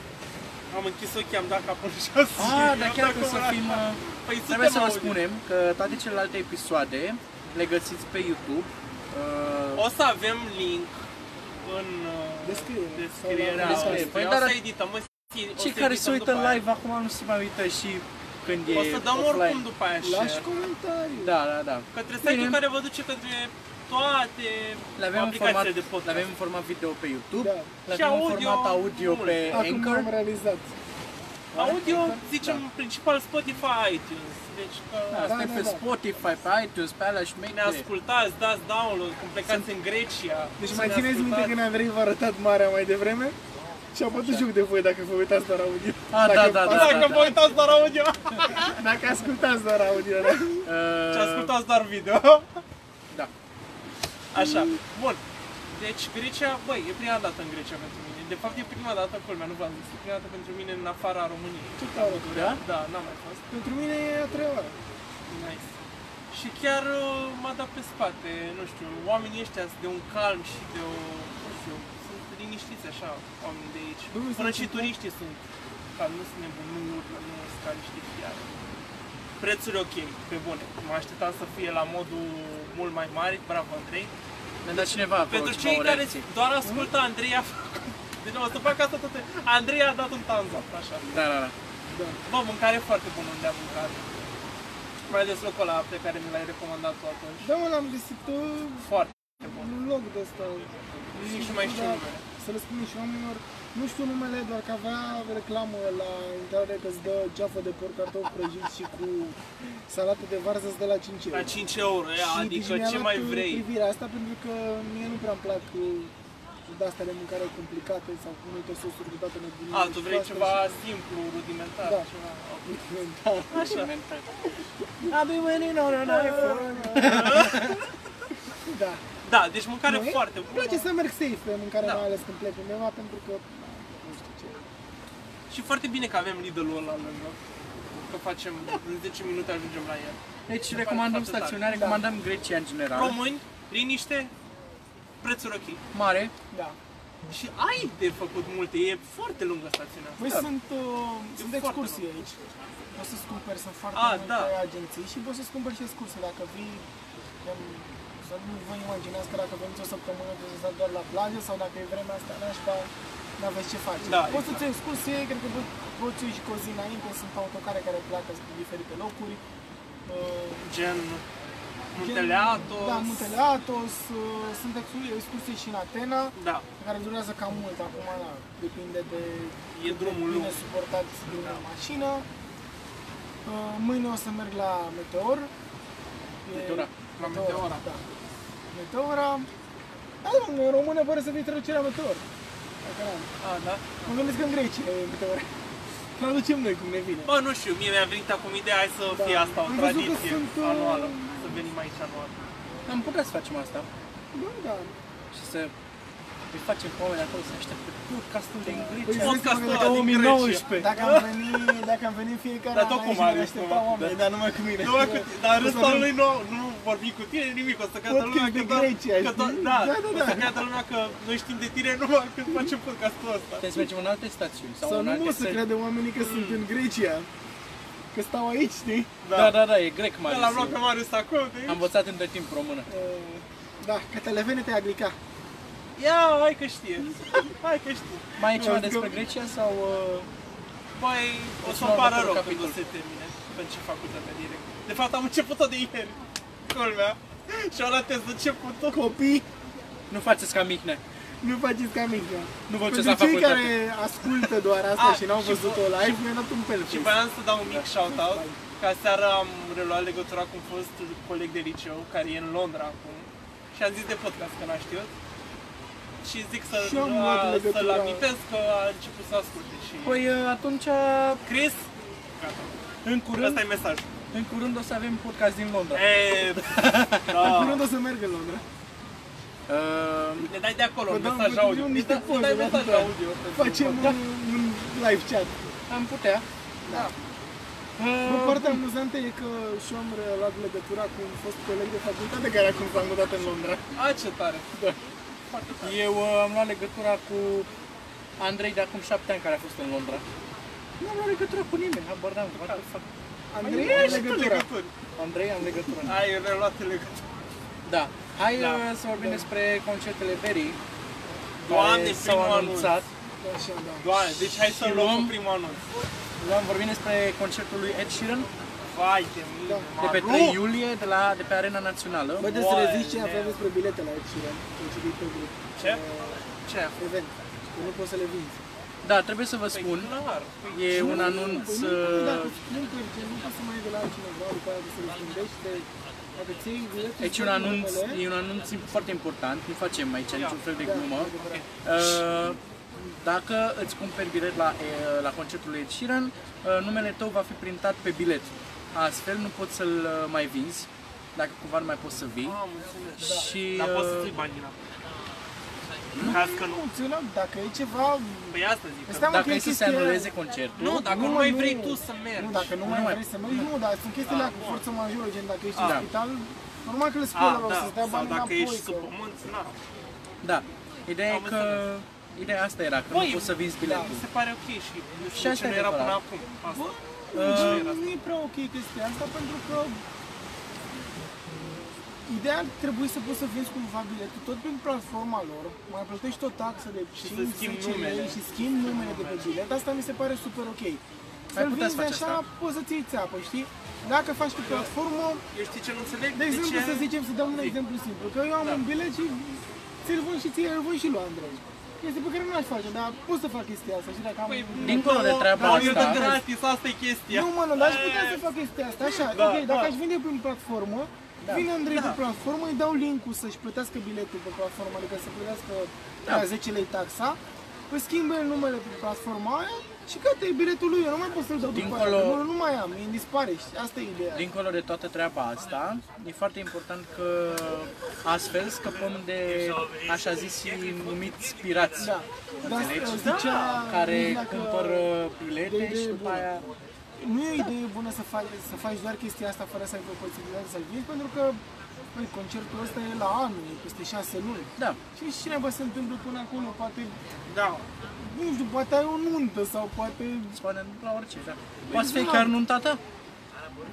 am închis ochii, am dat capul și am zis,
Ah,
eu
dar
am
chiar
dat
că să
capul
fim...
așa.
uh,
Păi
Trebuie să
suntem
vă
audio.
spunem că toate celelalte episoade le găsiți pe YouTube. Uh,
O să avem link în uh,
Descriere.
descrierea.
Sau la-
asta.
Descriere. Păi,
Păi,
dar-
o să edităm, o să- o
cei
să
care se
edităm
uită
după aia.
live acum nu se mai uită și când e
O să dăm
offline.
oricum după aia
Lași
share.
comentarii.
Da, da, da.
Către
Bine.
site-ul care vă duce către toate
Le avem, în format,
aplicațiile de
le
podcast.
avem în format video pe YouTube,
Da.
le
Și
avem în
audio,
format audio
mult.
pe
Acum
Anchor.
am realizat.
Audio, zicem, în principal Spotify, iTunes. Deci că
Da, suntem
da,
pe
da.
Spotify, pe iTunes, pe alea și mai
ne ascultați, dați download, cum plecați în Grecia.
Deci
să
mai
ne
țineți minte
ascultați.
când am venit, v-a arătat marea mai devreme? Și a bătut joc de voi dacă vă uitați doar audio.
Ah, da,
Dacă-
da, da.
Dacă vă uitați doar audio, da.
Dacă ascultați doar audio. da.
și
Uh,
ascultați doar video.
da.
Așa, bun. Deci Grecia, băi, e prima dată în Grecia pentru mine. De fapt e prima dată, culmea, nu v-am zis, e prima dată pentru mine în afara României.
Ce tare.
Da?
Da, n-am mai fost.
Pentru mine e a treia oară.
Nice. Și chiar uh, m-a dat pe spate, nu știu, oamenii ăștia sunt de un calm și de o, nu știu, sunt liniștiți așa, oamenii de aici.
Nu,
Până
sunt-
și turiștii sunt calmi, nu sunt nebuni, nu urlă, nu sunt ca niște fiare. Prețuri ok, pe bune. Mă așteptam să fie la modul mult mai mare, bravo Andrei.
Ne-a dat cineva acolo
Pentru
ceva
cei
o
care
reacție.
doar ascultă Andrei a făcut... Deci o să fac asta tot. Andrei a dat un thumbs up, așa.
Da, da, da.
Da.
Bă, mâncare foarte bună unde am mâncat. Mai ales locul ăla pe care mi l-ai recomandat tu atunci.
Da, mă, l-am găsit uh,
Foarte bun.
un loc de ăsta.
Nici nu mai știu
Da,
numele.
Să le spunem și oamenilor, nu știu numele, doar că avea reclamă la intrare că îți dă ceafă de porc, cartofi prăjit și cu salată de varză îți dă la 5 euro.
La 5 euro, ea,
Da. Și,
adică
deci, mi-a
ce
luat,
mai
uh,
vrei.
privirea asta pentru că mie nu prea îmi plac uh, de-astea de mâncare complicate sau cu multe sosuri cu toate nebunile.
A,
și
tu
cu
vrei
asta
ceva
și-
simplu, rudimentar,
Da.
ceva.
Da.
Așa.
I've been waiting on an
Da.
Da, deci mâncare
Nu, e-
foarte
Îmi
bună
place să merg safe pe mâncare,
Da.
mai ales când plec undeva, pentru că nu știu ce.
și foarte bine că avem Lidl-ul ăla lângă. Că facem,
Da.
în 10 minute ajungem la el.
Deci recomandăm
Foarte tare.
stațiunea, recomandăm Grecia în
Da.
general.
Români, liniște, prețuri ok.
Mare,
Da.
Și ai de făcut multe, e foarte lungă stațiunea asta.
Voi
Da.
sunt, uh, sunt
foarte
excursii
bun.
aici. Poți să-ți cumperi, sunt foarte
A,
multe
da.
agenții și poți să-ți cumperi și excursii. Dacă vii, gen, să nu vă imaginați că dacă veniți o săptămână trebuie să stați doar la plajă sau dacă e vremea asta nașpa, n-aveți ce face.
Da,
poți
exact.
să-ți iei excursie, cred că po- poți ieși cu o zi înainte, sunt autocare care pleacă spre diferite locuri. Uh,
Gen
gen-
Muntele Athos.
Da, Muntele Atos. Uh, sunt excurs- excursii și în Atena,
Da,
care durează cam mult acum, na, depinde de
e drumul
bine
lung.
suportat din da. mașină. Uh, Mâine o să merg la Meteor. E-
Meteora.
La Meteora.
Da. Meteora. Da, domnule, în română pare să fie traducerea Meteor. Dacă n-am.
A, da?
Mă gândesc că în Grecia e Meteora. Traducem noi cum ne vine.
Bă, nu știu, mie mi-a venit acum ideea, hai să
Da.
fie asta o
Am văzut că
tradiție
sunt, uh,
anuală. Să venim aici anual.
Am putea să facem asta
Bă, da.
și să îi facem pe oameni acolo să așteaptă podcastul din
Păi,
Grecia.
zic
Podcastul
că
ăla din Grecia. Da.
2019.
Dacă am venit, dacă am venit fiecare
Dar
an
tot cum
aici,
a
ne
râs
aștepta
cumva,
oameni,
da.
dar numai cu mine.
Nu, mă, că-
O
dar
să
râsul
avem-
lui nu, nu vorbim cu tine nimic, o să cadă
Podcast
lumea că,
din
doar-
Grecia,
că doar-
știi?
da,
Da, da,
o să
da.
cadă lumea că noi știm de tine numai când facem podcastul ăsta.
Trebuie să mergem în alte stațiuni sau,
Sau
în
nu
alte
o să
țări.
creadă oamenii că sunt în Grecia. Că stau aici, știi?
Da, da, da, e grec mai
Că l-am luat pe Marius acolo de
Am
aici.
învățat între timp română.
Uh, Da, că televene te-a glicat.
Ia, hai că știe. Hai că știe.
Mai e ceva
Nu,
despre
că-
Grecia sau... Uh...
Păi, o
Deci
să
la
îmi pară
următorul
rău când
capitol.
o să se termine. Pentru facultatea direct. De fapt, am început-o de ieri. Culmea. Și am luat test de începutul.
uh, Copii,
Nu faceți ca Mihnea.
nu faceți ca mingea.
Nu vă duceți la
Pentru cei
facultate.
care ascultă doar asta
A,
și n-au
Ah, și
văzut-o
vă-
live, mi-a dat un pel.
Și voiam să dau un mic shout-out, că seara am reluat legătura cu un fost coleg de liceu, care e în Londra acum, și am zis de podcast că n-a știut. Și zic să,
Și am luat
a, să-l
legătura.
amintesc că a început să asculte și...
Păi uh, atunci,
Chris, gata,
în curând,
ăsta e mesajul.
în curând o să avem podcast din Londra.
E,
În
da.
curând o să merg în Londra.
Uh,
Ne dai de acolo
Vă
un
dau-
mesaj
vă dau
audio. Ne
niște
dai- ne
poze,
dai
vă
mesaj
dau.
audio. Da.
Facem un, un live chat.
am putea.
Da.
Da.
Bă,
Uh,
partea amuzantă e că și eu am luat legătura cu un fost coleg de facultate care acum s-a mutat în Londra.
A, ce tare. Da. Foarte tare.
eu uh, am luat legătura cu Andrei de acum șapte ani care a fost în Londra. Nu am luat legătura cu nimeni, habar n-am, what the fuck.
Andrei,
Ia
ai
și tu
legătura.
legături.
Andrei, am legătura.
Ai reluat legătura.
Da. Hai
Da.
uh, să vorbim despre concertele verii.
Doamne,
care s-au
primul anunț.
anunțat.
Așa, da.
Doamne, deci hai să
Și
luăm
luăm-
cu primul anunț.
Am vorbit despre concertul lui Ed Sheeran
Vai de mine,
Da.
de pe
Maru!
3 iulie de, la, de pe Arena Națională.
Păi
Bă, trebuie să
Oale.
rezici ce aveai despre bilete la Ed Sheeran, că ai citit pe grup.
Ce?
Uh,
Ce?
Event. Că nu poți să le vinzi. Da,
Da, trebuie să vă
Păi
spun.
clar. Păi, da.
E un
nu,
anunț...
nu,
uh,
Nu, dacă nu merge, nu poți să mai iei de la altcineva, după aia să le schimbești, de- dacă ți iei biletul,
Deci e un
stai cu
anunț,
numele,
e un anunț foarte important, nu facem aici niciun fel de
da,
glumă.
e adevărat.
Uh, Dacă îți cumperi bilet la, uh, la concertul lui Ed Sheeran, uh, numele tău va fi printat pe bilet. Astfel nu poți să-l uh, mai vinzi, dacă cumva nu mai poți să vii.
Am înțeles.
Și
Ah, da. Dar poți să
uh,
ții banii înapoi. Hai că nu.
Nu, ți-l am, dacă e ceva...
Păi asta zic.
Stai, mă,
dacă
că e
e să se
chestia aia.
anuleze concertul,
Nu, dacă
Nu,
nu mai
nu.
vrei tu să mergi.
Nu, dacă nu
Nu
mai
mai- Ah,
vrei să mergi, nu, dar sunt chestiile alea cu
Da,
forță majoră, gen dacă ești în
Da.
spital, normal că le
Ah,
spui
A,
la să-ți dea
da, sau
bani
dacă
înapoi.
ești
că-
sub pământ, na.
Da. Ideea e
Am Păi, da,
că... Ideea asta era, că
Băi,
Păi, nu poți să vinzi
Mi
biletul.
se pare ok și nu
Și
știu de
asta
ce nu
e
era până
adevărat.
acum. Asta.
Bă,
De ce nu era
Deci,
asta?
nu e prea ok chestia asta pentru că Ideal trebuie să poți să vinzi cumva biletul tot prin platforma lor, mai plătești o taxă de
Și să
5
schimbi
10
numele.
lei și schimbi numele de pe bilet, asta mi se pare super ok. Să-l
putea să
vinzi
faci
așa,
asta.
poți să-ți iei țeapă, știi? Dacă faci pe platformă,
Eu știi ce nu înțeleg?
de exemplu,
ce... Da.
să zicem, să dăm un exemplu simplu, că eu am un bilet și ți-l vând și ție, îl vând și lui Andrei. Este pe care nu aș face, dar pot să fac chestia asta și dacă am...
Păi,
Dincolo de
două-
treaba
două
asta-
de gratis, asta e chestia. Eh,
Nu, mă, nu, dar aș
Aia
putea
e.
să fac chestia asta, așa,
Da,
ok, dacă
da.
aș vinde prin platformă, vine Andrei pe platformă, îi dau link-ul să-și plătească biletul pe platformă, adică să plătească da. 10 lei taxa, îi schimbe numele pe platforma aia și gata, e biletul lui, eu nu mai pot să-l dau
Dincolo-
după aia, că nu, nu mai am, îmi dispare, știi? asta e ideea.
Dincolo de toată treaba asta, e foarte important că astfel scăpăm de așa zis numiți pirați.
Da, dar
Înțelegi?
uh, zicea
Da.
care
Mircea că
cumpără bilete
de-
și
de-
după aia...
nu e o idee bună să faci, să faci doar chestia asta fără să ai o posibilitate să-l vinzi, pentru că băi, concertul ăsta e la anul, e peste 6 luni.
Da,
Și cine bă se întâmplă până acolo, poate,
Da.
nu știu, poate ai o nuntă sau poate...
spune la orice, da. Poate să fie chiar nunta ta?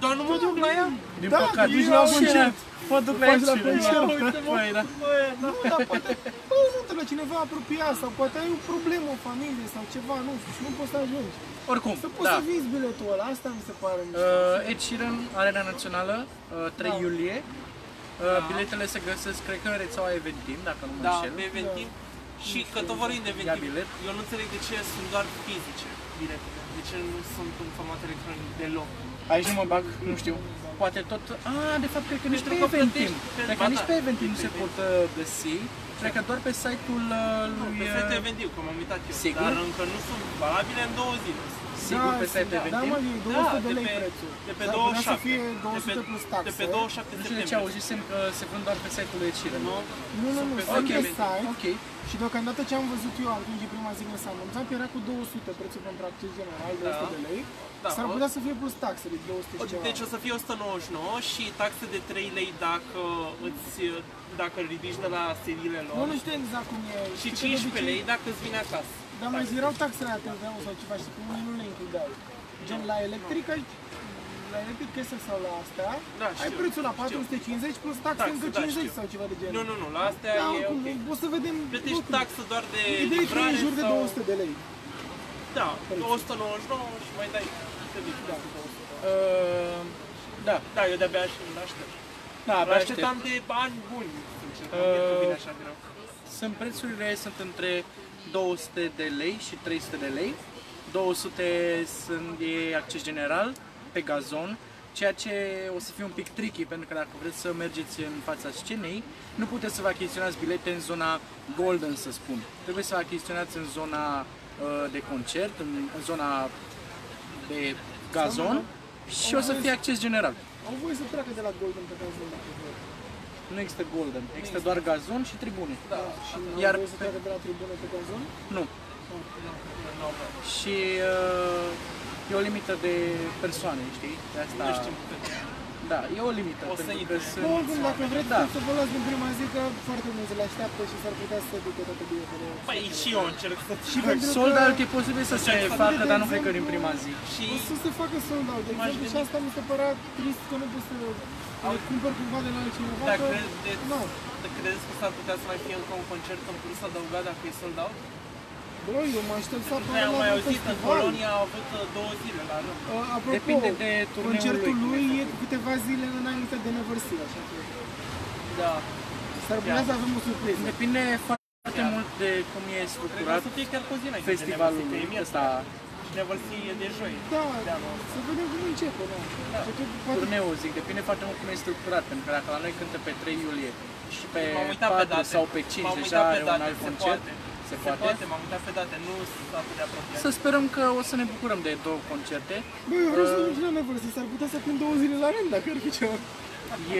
Doar nu mă duc la ea.
Din
Da,
păcate.
duci la
Și
concert.
era- Mă duc la
Faci
Ed
la
Sheeran.
concert.
Ia uite-mă. Păi, da.
Băi, da.
Nu, dar poate, bă, o nuntă la cineva apropiat sau poate ai o problemă, o familie sau ceva, nu știu, și nu poți să ajungi.
Oricum,
Să poți
da.
să vinzi biletul ăla, asta mi se pare mișto.
Uh, Ed Sheeran, Arena Națională, uh, 3
Da.
iulie. Uh, biletele se găsesc, cred că în rețeaua Eventim, dacă nu mă
Da,
înșel.
pe Ventim. Și că tot vorbim de
Ia
vestibil,
bilet.
eu nu înțeleg de ce sunt doar fizice biletele, de ce nu sunt în format electronic deloc.
Aici nu mă bag, nu știu. Poate tot... Ah, de fapt, cred că nici
Pentru
pe
că
Eventim.
plătești pe-
Cred
ba
că nici
da,
pe Eventim nu
pe
se
Eventim.
pot uh, găsi. Cred că doar pe site-ul uh, lui...
Pe
uh,
fete vendiu, că m-am uitat eu,
Sigur?
dar încă nu sunt valabile în două zile.
Sigur, pe
Da,
site-ul
mă,
Eventim.
e 200 de
de
lei
pe-
prețul.
de pe
Dar putea
27.
să fie
De pe-
200 plus taxe.
De pe 27
Nu știu de ce
septembrie.
auzisem că se vând doar pe site-ul lui Ecire.
Nu?
Nu, nu, nu,
Sunt
sunt
pe
pe
site.
site.
Ok.
Și deocamdată ce am văzut eu atunci de prima zi când s-a anunțat era cu 200 prețul contractului general, 200 de lei.
Da,
S-ar
o-
putea să fie plus taxe de 200 și ceva.
Deci o să fie 199 și taxe de 3 lei dacă îți dacă îl ridici de la seriile
Nu,
lor
nu știu exact cum e.
și
Știu că de
15 lei da.
obicei-
dacă îți vine acasă.
Dar mai zi, erau taxele la TVA sau ceva și cum nu le includeau. Gen la electric, ai la electric chestia sau la asta,
Da,
ai
știu,
prețul la
știu.
450 plus taxe
Taxe,
încă
da,
50
știu.
sau ceva de genul.
Nu, nu, nu, la astea
Da,
e
oricum,
ok.
o să vedem
Plătești
lucrurile.
taxă doar de
Ideea e că e
livrare
în jur de Păi.
sau...
200 de lei.
Da, 199 și mai dai câte zici, da.
Uh, Da,
Da, eu de-abia aș- îl aștept.
da,
Îl
abia aștept.
așteptam de ani buni, sincer, uh... nu vine așa greu.
Sunt prețurile sunt între 200 de lei și 300 de lei. 200 sunt e acces general pe gazon, ceea ce o să fie un pic tricky pentru că dacă vreți să mergeți în fața scenei, nu puteți să vă achiziționați bilete în zona golden, să spun. Trebuie să vă achiziționați în zona uh, de concert, în, în zona de gazon și o să fie acces general.
Au voie să treacă de la Golden pe gazon dacă vor.
Nu există golden, există doar gazon și tribune.
Da, și nu
Iar
au voie să
pe-
treacă de la tribună pe gazon.
Nu,
Nu, nu,
și uh, e o limită de persoane, știi? De asta,
nu știm cât.
Da, e o limită.
O să
pentru
intre.
că sunt
Bă, oricum, dacă vreți
da.
să vă luați din prima zi, că foarte mulți le așteaptă și s-ar putea să ducă toate biletele.
Păi și eu încerc să
Și pentru că-
Sold out e posibil să se
Încerc să
facă,
vedem,
dar nu cred
de
că din
exemplu,
prima zi.
și
O să se facă sold out, de
M-aș
exemplu, și
gândi.
asta mi se părea trist că nu poți să le cumpăr cumva de la altcineva,
dacă
că
credeți,
nu.
dacă credeți că s-ar putea să mai fie încă un concert în plus adăugat dacă e sold out?
Bro, eu mă aștept să apară
Noi am
la
mai
un
auzit, în
festival.
Polonia au avut uh, două zile la rând.
Uh, Apropo,
Depinde de turneul
concertul
lui.
lui e câteva zile înainte de Neversil, așa că
Da.
s-ar putea să avem o surpriză.
Depinde foarte mult de cum e
Cred că o
structurat
să fie chiar cu o zi înainte de
festivalul
Neversea, că e
ăsta,
miercuri. Neversea e de joi.
Da,
De anul ăsta.
să vedem cum începe, da. Așa că poate
turneul, zic, depinde foarte mult cum e structurat, pentru că dacă la noi cântă pe 3 iulie și pe
M-am uitat pe
4
date.
sau pe 5,
M-am
deja
uitat pe
are un
date,
alt
se
concert,
poate.
se
Se poate,
poate.
m-am uitat pe date, nu sunt atât de apropiat.
Să sperăm că o să ne bucurăm de două concerte.
Bă, eu vreau să merg la Neversil, s-ar putea să cânt două zile la rând, dacă ar fi ceva.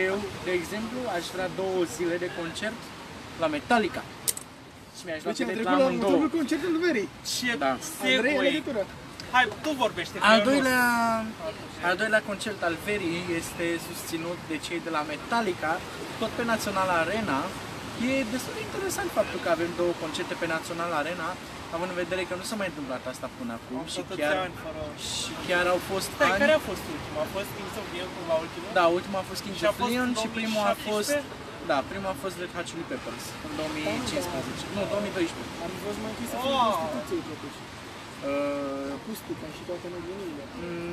Eu, de exemplu, aș vrea două zile de concert la Metallica. Și mi-aș lua
Deci am
bilet la
trecut la următorul
amândouă.
concert în verii.
Ce
Da.
Andrei, în
segue.
legătură.
Hai, tu vorbește. că
Al
eu nu.
doilea, al doilea concert al verii este susținut de cei de la Metallica, tot pe Național Arena. E destul de interesant faptul că avem două concerte pe Național Arena, având în vedere că nu s-a mai întâmplat asta până acum
Am
și
stat atâția
chiar,
ani fără...
și chiar au fost
Stai,
ani.
care a fost ultima? A fost Kings of Leon cumva ultima?
Da, ultima a fost King
Și a
of
fost
Leon
în
și primul a fost
2017?
da, primul a fost Red Hot Chili Peppers în 2015. Nu, 2012.
Am fost mai fi să fim
Oh.
instituției, totuși.
Uh,
Acustica și toate nebunile.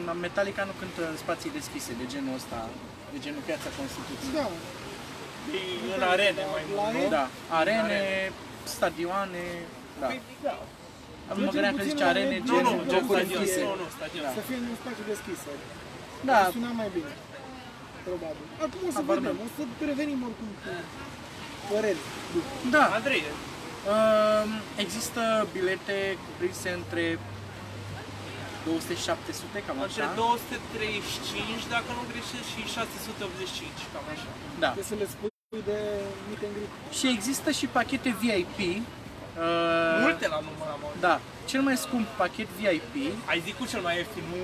Mm, Metallica nu cântă în spații deschise, de genul ăsta, de genul Piața Constituției.
Da,
E În arene mai
La
mult, nu?
arene?
Da, arene,
Arene.
stadioane, da.
Păi, da.
Mă gândeam că
puțin
zice
la
arene,
net,
gen
Nu, nu, gen
locuri
stadion,
închise.
nu, nu, stadion.
Da.
să fie în spațiu deschis. adică.
Da,
Suna mai bine. Probabil. Acum o să
Habar
vedem,
n-am.
o să revenim oricum cu păreri. după.
da.
Andrei,
Um, există bilete cuprinse între 200 și 700, cam
între
așa.
235, dacă nu greșesc, și 685, cam așa.
Da.
Trebuie să le spui de mic în grip.
Și există și pachete VIP. uh,
Multe la număr am auzit.
Da. Cel mai scump pachet VIP.
Ai zis cu cel mai ieftin, nu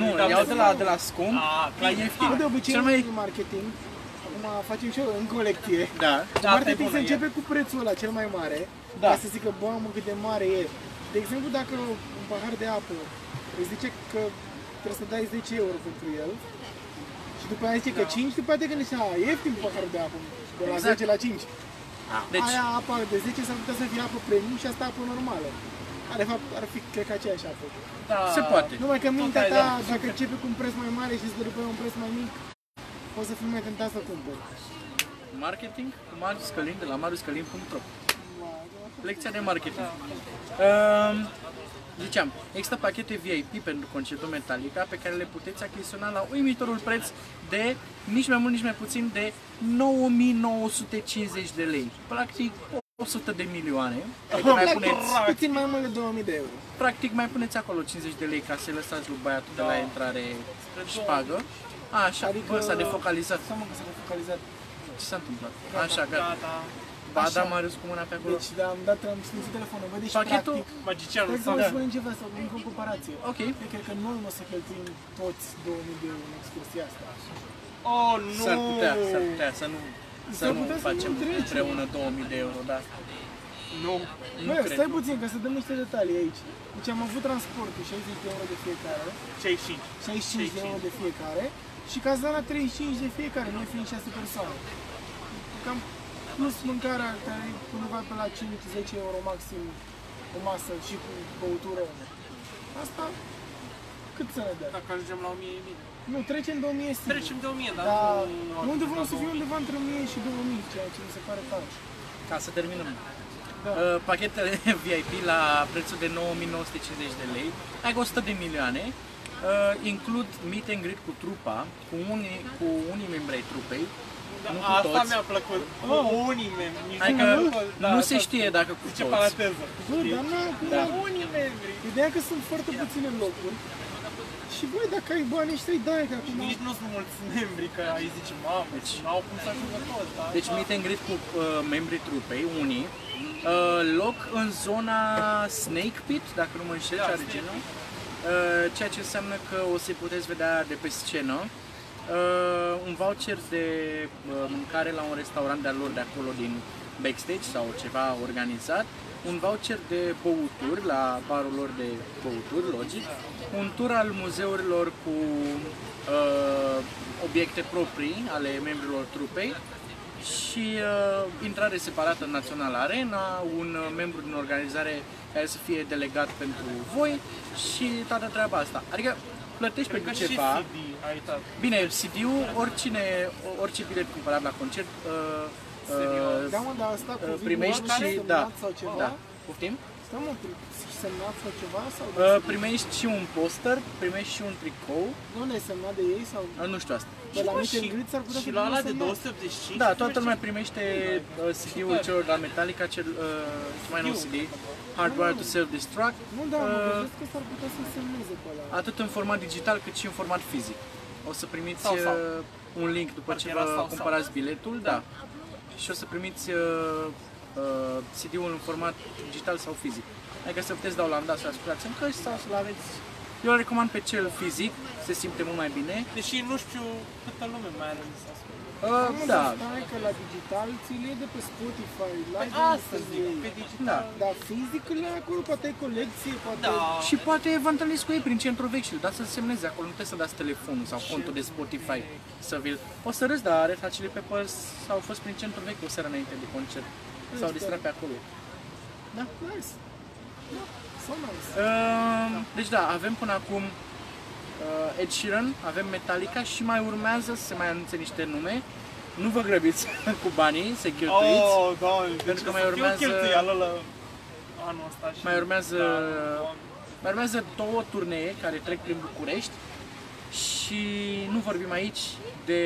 Nu,
dar
îl iau
vezi,
de la, de la scump
Ah,
la
Bă,
bine.
ieftin.
de obicei
Cel
în
mai...
marketing, acum facem și eu în colecție.
Da.
Da, asta e
Marketing
bună,
se
ia.
începe cu prețul ăla cel mai mare,
Da.
ca să zică, bă, mă, cât de mare e. De exemplu, dacă un pahar de apă îți zice că trebuie să dai 10 euro pentru el, și după aia zice că 5, după aia te gândești, a, ieftin paharul de apă, de la
Exact.
10 la 5.
Deci,
Aia apa de 10 s-ar putea să fie apă premium și asta apă normală. Care, de fapt, ar fi, cred că aceeași apă.
Da.
se poate.
Numai că în mintea
ai
ta,
dat.
dacă începe cu un preț mai mare și îți dă după aia un preț mai mic, poți să fii mai tentat să cumperi.
Marketing cu Marius Călin de la mariuscălin.ro
Ma-
Lecția de marketing. Um, ziceam, există pachete VIP pentru concertul Metallica pe care le puteți achiziționa la uimitorul preț de nici mai mult, nici mai puțin de 9950 de lei. Practic 100 de milioane. Adică mai puneți,
Like, puțin mai mult de 2000 de euro.
practic mai puneți acolo 50 de lei ca să lăsați lui băiatul de
Da.
la intrare șpagă. Așa, adică,
Adică-
bă, s-a defocalizat.
Să mă că s-a focalizat.
Ce s-a întâmplat? Așa, gata.
Gata.
Ba, da,
Așa.
Marius cu mâna pe acolo.
Deci, da, am dat, am sfințit telefonul. Vă, deci,
Pachetul-
practic, Exact,
Magicianul
Cred că
sau...
vă
Da.
spunem ceva, Păi să încă o comparație.
Ok.
Eu cred că noi nu o să cheltuim toți 2000 de euro în excursia asta.
Oh, nu!
S-ar putea, s-ar putea să nu, să
Deci, S-ar
nu
putea să
facem
nu trecem.
împreună 2000 de euro, da.
Nu.
Nu
Bă,
cred.
stai puțin, ca să dăm niște detalii aici. Deci am avut transportul 60 de euro de fiecare,
Cei cinci.
65 de euro de fiecare și cazarea 35 de fiecare, noi fiind 6 persoane. Cam plus mâncarea care e undeva pe la 5-10 euro maxim o masă și cu băutură. Asta cât să ne dea?
Dacă ajungem la 1000 e bine.
Nu, trecem de 1000 sigur.
Trecem da. de 1000, dar
Dar
nu...
Da. de undeva o să fie undeva între 1000 și 2000, ceea ce mi se pare tare.
Ca să terminăm.
Da.
Uh, pachetele VIP la prețul de 9950 de lei, ai 100 de milioane, uh, includ meet and greet cu trupa, cu unii, cu unii membri ai trupei,
Da,
nu cu
Asta
toți.
mi-a plăcut.
Oh.
Cu Unii membri. nici
Adică
nu mi-a plăcut,
nu
dar
se
asta-
știe dacă cu
Zice
toți.
paranteză.
Bă,
știi?
dar nu,
Da.
da.
Unii membri.
ideea că sunt foarte puține locuri. Și băi, dacă ai bani ăștia, dai că acum...
Nici nu sunt mulți membri, că ai zice, mamă, deci, n-au cum să ajungă toți, dar...
Deci meet and greet cu uh, membrii trupei, unii, uh, loc în zona Snake Pit, dacă nu mă înșel,
Da,
ce are
Snake
genul, uh, ceea ce înseamnă că o să-i puteți vedea de pe scenă, uh, un voucher de uh, mâncare la un restaurant de-al lor de acolo din backstage sau ceva organizat, un voucher de băuturi la barul lor de băuturi, logic, un tur al muzeurilor cu uh, obiecte proprii ale membrilor trupei, și uh, intrare separată în Național Arena, un uh, membru din organizare care să fie delegat pentru voi și toată treaba asta. Adică plătești
Cred că
Păi,
pentru
și
ceva.
CD a uitat.
Bine, CD-ul, oricine, orice bilet cumpărat la concert uh,
Serios.
Da,
uh,
mă, dar asta
Ă,
cu
uh,
vinul
primești
ăla
și...
semnat
Da,
sau ceva?
da. Poftim?
Stai mă, semnat sau ceva? Sau
Ă.
Uh, primești și un poster, primești și un tricou,
nu ne-ai semnat de ei sau...
uh, nu știu asta.
Pe la
Bă,
mici
Da. și-
în grid s-ar putea
Și
să
la
fie
ala de
semnat.
285
Da, toată
merge.
lumea primește uh, CD-ul celor de la Metallica, cel uh, cel mai nou
Știu.
CD, Hardware to Self-Destruct.
Nu, da,
Ă.
mă
uh,
gândesc că s-ar putea să semneze pe ăla.
atât în format digital cât și în format fizic. O să primiți
Sau, sau.
uh, un link după
Parcă
ce
era sau,
vă
sau.
cumpărați biletul, da. Și o să primiți uh, uh, CD-ul în format digital sau fizic. Adică să puteți da Olanda să ascultați în căști sau să-l aveți. Eu îl recomand pe cel fizic, se simte mult mai bine.
Deși nu știu câtă lume mai are să asculte.
Uh,
Mă, dar
da,
Stai că la digital ți le iei de pe Spotify,
Păi
live
asta zic, Păi pe digital.
da.
Dar fizic le ai acolo, poate ai colecție, poate...
Da.
Și poate vă întâlniți cu ei prin centru vechi și le dați să semneze acolo, nu trebuie să dați telefonul sau contul de Spotify să vi-l... O să râzi, dar Red Hot Chili Peppers au fost prin centru vechi o seară înainte de concert. S-au distrat pe acolo.
Da, nice. Da, so nice.
Um, deci da, avem până acum uh, Ed Sheeran, avem Metallica și mai urmează să se mai anunțe niște nume. Nu vă grăbiți cu banii, se cheltuiți.
Oh, doamne, deci
Pentru că
o
mai
să fie o
urmează-
cheltuială la anul ăsta și...
Mai urmează-
Da, doamne.
Mai urmează două turnee care trec prin București și nu vorbim aici de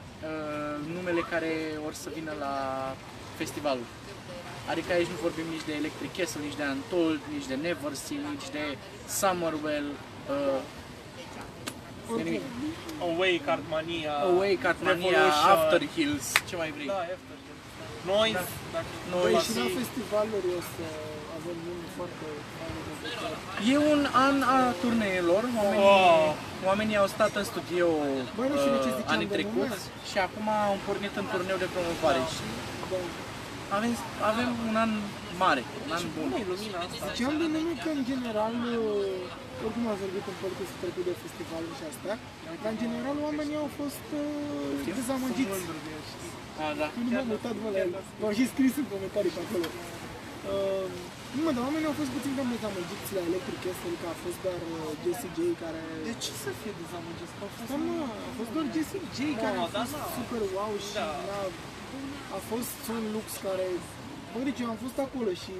uh, numele care or să vină la festivalul. Adică aici nu vorbim nici de Electric Castle, nici de Untold, nici de Neversea, nici de Summerwell, uh,
Oricum,
nimic.
Away, Cardmania...
Away, Catmania,
Revolution.
After Hills, ce mai vrei.
Da, After. Noise,
Da.
dacă...
Noise.
Băi,
Păi
și la festivaluri o să avem unul foarte fain de văzut.
E un an a turneelor, oamenii,
Wow.
oamenii au stat în studio
Băi, nu știu de ce
uh,
ziceam
anii
de nume.
trecuți și acum au pornit în turneu de promovare.
Da.
Și
Da.
avem, avem un an mare, un
Deci
an bun.
Bună e lumina asta.
Ziceam de nume că, în general, uh, oricum am vorbit în podcastul trecut de festivaluri și astea, dar, în general, oamenii au fost uh, dezamăgiți.
Da, da.
Eu Nu m-am uitat, bă, la el. V-am și scris în comentarii pe acolo. Uh, nu mă, dar oamenii au fost puțin cam dezamăgiți la Electric Castle, că a fost doar uh, Jesse J care...
De ce să fie dezamăgiți? Că au fost...
Da, mă, a fost doar Jesse J care a
da,
fost
da.
super wow și
Da.
a, a fost un lux care Bă, deci eu am fost acolo și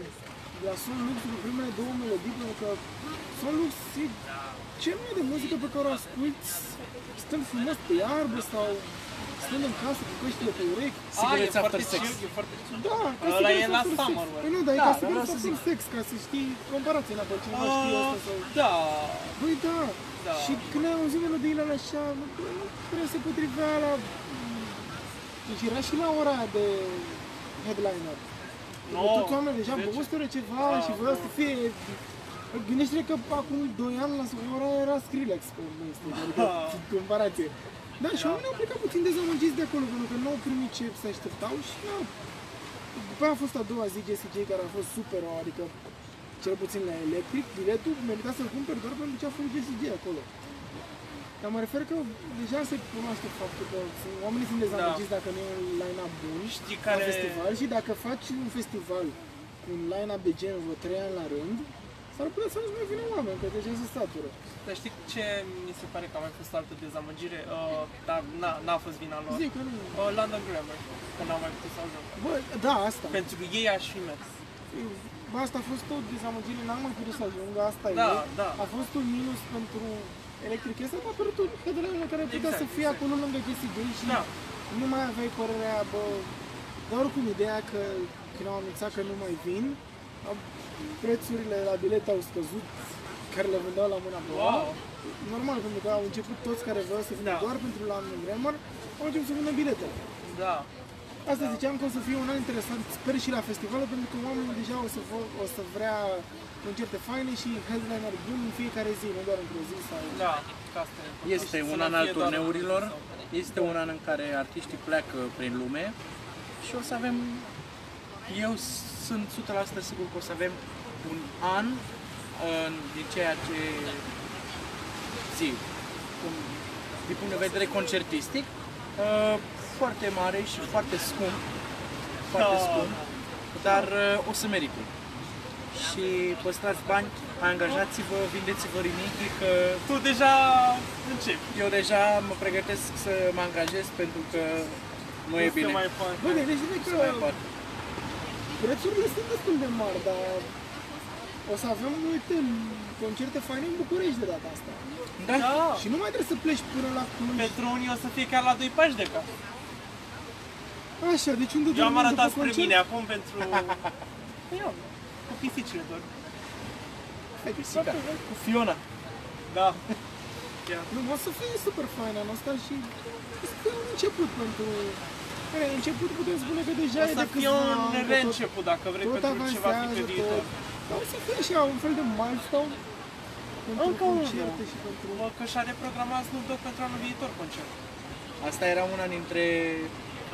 la Son Lux cu primele două melodii, pentru că Son Lux e cel mai de muzică pe care o asculti stând frumos pe iarbă sau stând în casă cu căștile pe urechi.
A, e
Cigarettes after
foarte
sex.
chill, e foarte chill.
Da, ca
Ăla
să vezi
e la
After Sex.
Summerwell.
Păi nu, dar e
Da,
ca să
dar
vezi
vreau să
After
zic.
sex, ca să știi comparația la pe
Ah,
cineva știe asta sau...
Da,
Băi, da.
Da.
Și când ai auzit melodiile alea așa, mă, bă, nu prea se potrivea la... Deci era și la ora de headliner.
No,
No, toți oamenii deja
deci-
băustură ceva
Da,
și vreau
da.
să fie... Gândește-te că acum 2 ani la ora era Skrillex pe mainstream, adică
Da.
în comparație. Da, și oamenii au plecat puțin dezamăgiți de acolo, pentru că nu au primit ce se așteptau și nu. După aia Păi, a fost a doua zi JCJ care a fost super, adică cel puțin la electric, biletul merita să-l cumperi doar pentru ce a fost JCJ acolo. Dar mă refer că deja se cunoaște faptul că sunt, oamenii sunt dezamăgiți dacă nu e un line-up bun
Știi
care...
care-
la festival și dacă faci un festival cu un line-up de genul vreo 3 ani la rând, s-ar putea să nu mai vină oameni, că deja se satură.
dar știi ce mi se pare că a mai fost o altă dezamăgire? Uh, dar n-a, n-a fost vina lor.
Zic că nu.
Uh, London Grammar, că n-am mai putut să ajung.
Bă, da, asta.
Pentru ei aș fi mers.
Bă, asta a fost o dezamăgire, n-am mai putut să ajung, asta
Da,
e.
da.
A fost un minus pentru Electric Castle, dar a apărut un headliner care putea
Exact,
să fie
exact.
acolo lângă chestii de și
Da.
nu mai aveai părerea, bă, dar oricum ideea că când au anunțat că nu mai vin, a- prețurile la bilete au scăzut, care le vândeau la mâna a doua.
Wow.
Normal, pentru că au început toți care vreau să vină
Da.
doar pentru la Grammar, au început să vândă biletele.
Da.
Asta ziceam că o să fie un an interesant, sper și la festival, pentru că oamenii deja o să, vor, o să vrea concerte faine și headliner bun în fiecare zi, nu doar într-o zi sau...
Da, că asta e important.
Este
Să
un
nu
an al
fie doar
turneurilor,
unul sau-
este un an în care artiștii pleacă prin lume și o să avem, eu sunt 100% sigur că o să avem un an în, din ceea ce zi, cum, din punct de vedere concertistic, uh, foarte mare și foarte scump, foarte
Da.
scump, dar uh, o să merită. Și păstrați bani, angajați-vă, vindeți-vă rinichii că
Tu deja începi.
eu deja mă pregătesc să mă angajez pentru că nu e
se
bine.
Mai
Bă,
poate.
gândește-te
Nu
că
se mai poate.
prețurile sunt destul de mari, dar o să avem multe concerte faine în București de data asta.
Da?
Da.
Și nu mai trebuie să pleci până la Cluj.
Pentru unii o să fie chiar la doi pași de cap.
Așa, deci unde
Eu am
dormim
arătat
după
spre
concert?
mine acum pentru... Păi eu, cu pisicile doar.
Hai, pisica. Cu Fiona.
Da.
Nu, o să fie super fain anul ăsta și o să fie un început pentru... Bine, început putem spune că deja
O
e
să
de
fie
câțiva ani, că
un
tot-
reînceput, dacă vrei,
tot
pentru ceva
avansează,
fi pe viitor.
tot. Dar o să fie așa un fel de milestone pentru
Încă unul.
concerte și pentru...
Mă, că și-a reprogramat Snoop Dogg pentru anul viitor concert.
Asta era una dintre...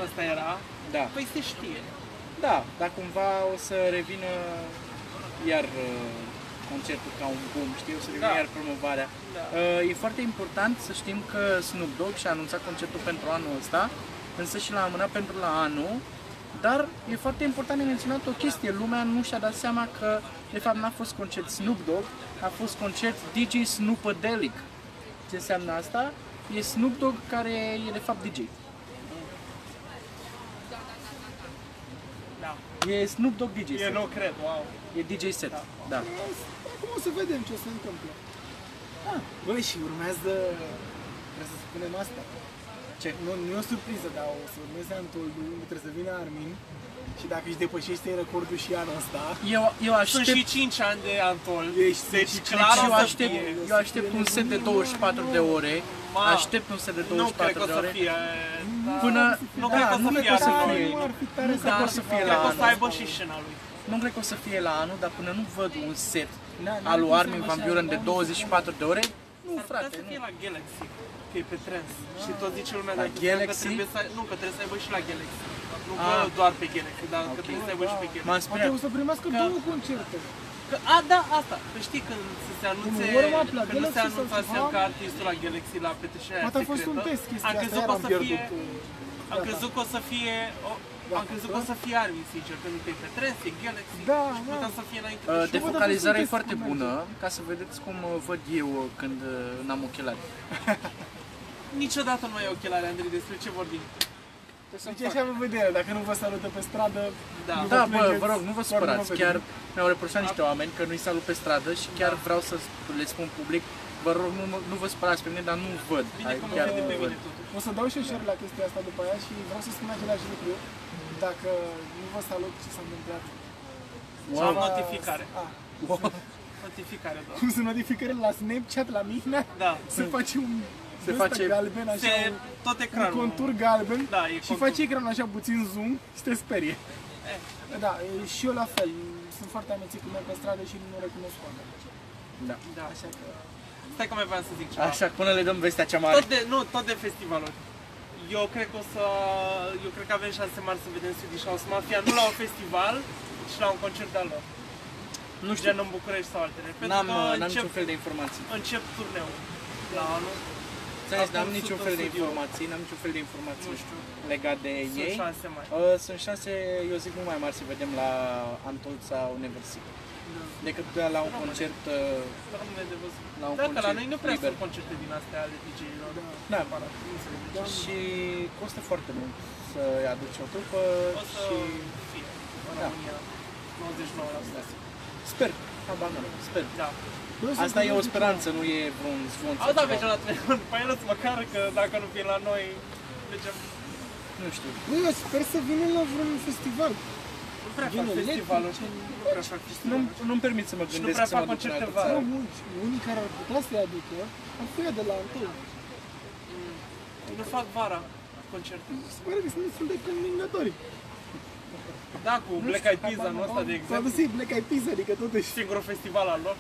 Asta era.
Da.
Păi se știe.
Da, dar cumva o să revină iar uh, concertul ca un boom, știi? O să revină
Da.
iar promovarea.
Da.
Uh, E foarte important să știm că Snoop Dogg și-a anunțat concertul pentru anul ăsta, însă și l-a amânat pentru la anul, dar e foarte important de menționat o chestie, lumea nu și-a dat seama că de fapt n-a fost concert Snoop Dogg, a fost concert DJ Snoopadelic. Ce înseamnă asta? E Snoop Dogg care e de fapt DJ.
Da.
E Snoop Dogg DJ
Eu
set.
nu cred, wow.
E DJ set. Da.
Acum o să vedem ce o se întâmplă. Ah, băi, și urmează, trebuie să spunem asta,
Ce?
nu, nu e o surpriză, dar o să urmeze Antoldu, unde trebuie să vină Armin și dacă își depășește recordul și anul ăsta,
Eu, eu
Sunt
aștept...
și 5 ani de Antol.
Ești-
Deci
și
clar
Deci eu
o să
aștept,
fie.
eu aștept un set de 24 de ore.
Ma,
Aștept un set de
Nu cred
24
că o
de
să
ore.
fie. dar-
Până...
Nu
da,
cred că o să
nu
fie
cred că o să
anul.
fie.
Nu ar fi tare
Nu
Da, să
cred că o să
faci
fie
ceva.
la
Cred că o să
anul.
aibă și scena lui.
Nu cred că o să fie la anul, dar până nu văd un set
Da, nu
al lui
putem
Armin
așa,
Van Buren de
da,
24 de ore, nu
S-ar putea
frate,
să fie
nu.
la Galaxy, că e pe trans. Și tot zice lumea
La
dacă trebuie
Galaxy?
Că trebuie să, ai- nu, că trebuie să aibă și la Galaxy. Nu
Ah.
că doar pe Galaxy, dar că trebuie să aibă și pe
M-am uh,
Galaxy.
Poate
speriat.
o să primească
Că-
două concerte.
Că, a, da, asta. Că știi când să se anunțe,
Un warm-up la
când se
Galaxy sau
anunțase
ceva?
că artistul la Galaxy la petrecerea
Poate Da, a fost un
secretă,
test chestia
am
asta,
crezut
iar
că o
am
să
pierdut.
fie, am
Da,
crezut că o să fie, o,
Da.
am crezut că o să fie Armin, sincer, pentru că e pe trans, e Galaxy,
Da,
și
da.
putea să fie înainte de
Uh,
show.
Defocalizarea e
sunteți
foarte
cum
bună, ca să vedeți cum uh, văd eu uh, când uh, n-am ochelari.
Niciodată nu mai e ochelare, Andrei, despre ce vorbim?
Trebuie să-mi
Deci
fac.
așa vă vedere, dacă nu vă salută pe stradă,
Da.
Da,
Vă
bă,
plângeți,
vă rog, nu vă
doar nu
supărați.
mă
Chiar
vedem.
mi-au reproșat niște oameni că nu-i salut pe stradă și chiar vreau să le spun public, vă rog, nu, mă- nu vă supărați pe mine, dar nu văd.
Bine că mă
chiar
vede
nu
pe
văd.
mine totuși.
o să dau și eu share la chestia asta după aia și vreau să spun același lucru. Dacă nu vă salut, ce s-a întâmplat?
Am
Wow.
notificare.
A,
Wow.
Notificare, da.
cum sunt notificările la Snapchat, la Mihnea?
Da.
Se face un
Se
ăsta
face-
galben așa,
Se,
un,
tot
un
ecranul.
contur galben
Da, e
și
contur. Eh.
face ecranul așa puțin zoom și te sperie. Da, e, și eu la fel. Sunt foarte amețit când merg pe stradă și nu recunosc oameni.
Da.
Da.
Așa că...
Stai că mai vreau să zic ceva.
Așa, până le dăm vestea cea mare.
Tot de, nu, tot de festivaluri. Eu cred că o să, eu cred că avem șanse mari să vedem Swedish House Mafia, nu la un festival, ci la un concert de-al lor.
Nu știu,
Gen în București sau altele. Pentru
n-am,
că
uh, n-am
încep,
niciun fel de informații.
încep turneul la anul,
Ți-am zis, n-am
acum
niciun
sunt
fel de
în studio.
informații, n-am niciun fel de informații
nu știu,
legat de
sunt
ei.
șanse mari.
Uh, Sunt șanse, eu zic, mult mai mari să vedem la Antolța Universic
Da.
decât la un
Rămâne.
concert uh,
Rămâne de văzut.
la un
Da, că la
concert
noi nu prea
liber.
sunt concerte din astea ale DJ-ilor.
Da.
Da,
Neapărat, nu înțeleg de ce.
și costă foarte mult să aduci o trupă
O să
și
fie în
Da.
România 99%.
sper, habar n-am, sper.
Da.
Eu sunt
Asta e o
curios de
speranță, nu e vreun zvon sau
Asta
ceva.
mergem la Traian Pilots, măcar că dacă nu vin la noi, mergem...
Nu știu.
ce- Nu, eu sper să vină la vreun festival.
Nu prea fac
Vine Led,
festivalul,
ce-
nu prea fac
Nu,
festivalul.
nu-mi permit să mă
Și nu
gândesc
prea
să mă
fac
duc în
concerte
altă
vara.
Nu
țară.
mulți, unii care ar putea să-i aducă, ar fi ea de la întâi.
Nu fac vara concerte.
Se pare că sunt destul de combinatori.
Da, cu Black Eyed Peas anul ăsta, de
S-a
exemplu.
dus ei Black Eyed Peas, adică totuși.
Singurul festival al lor.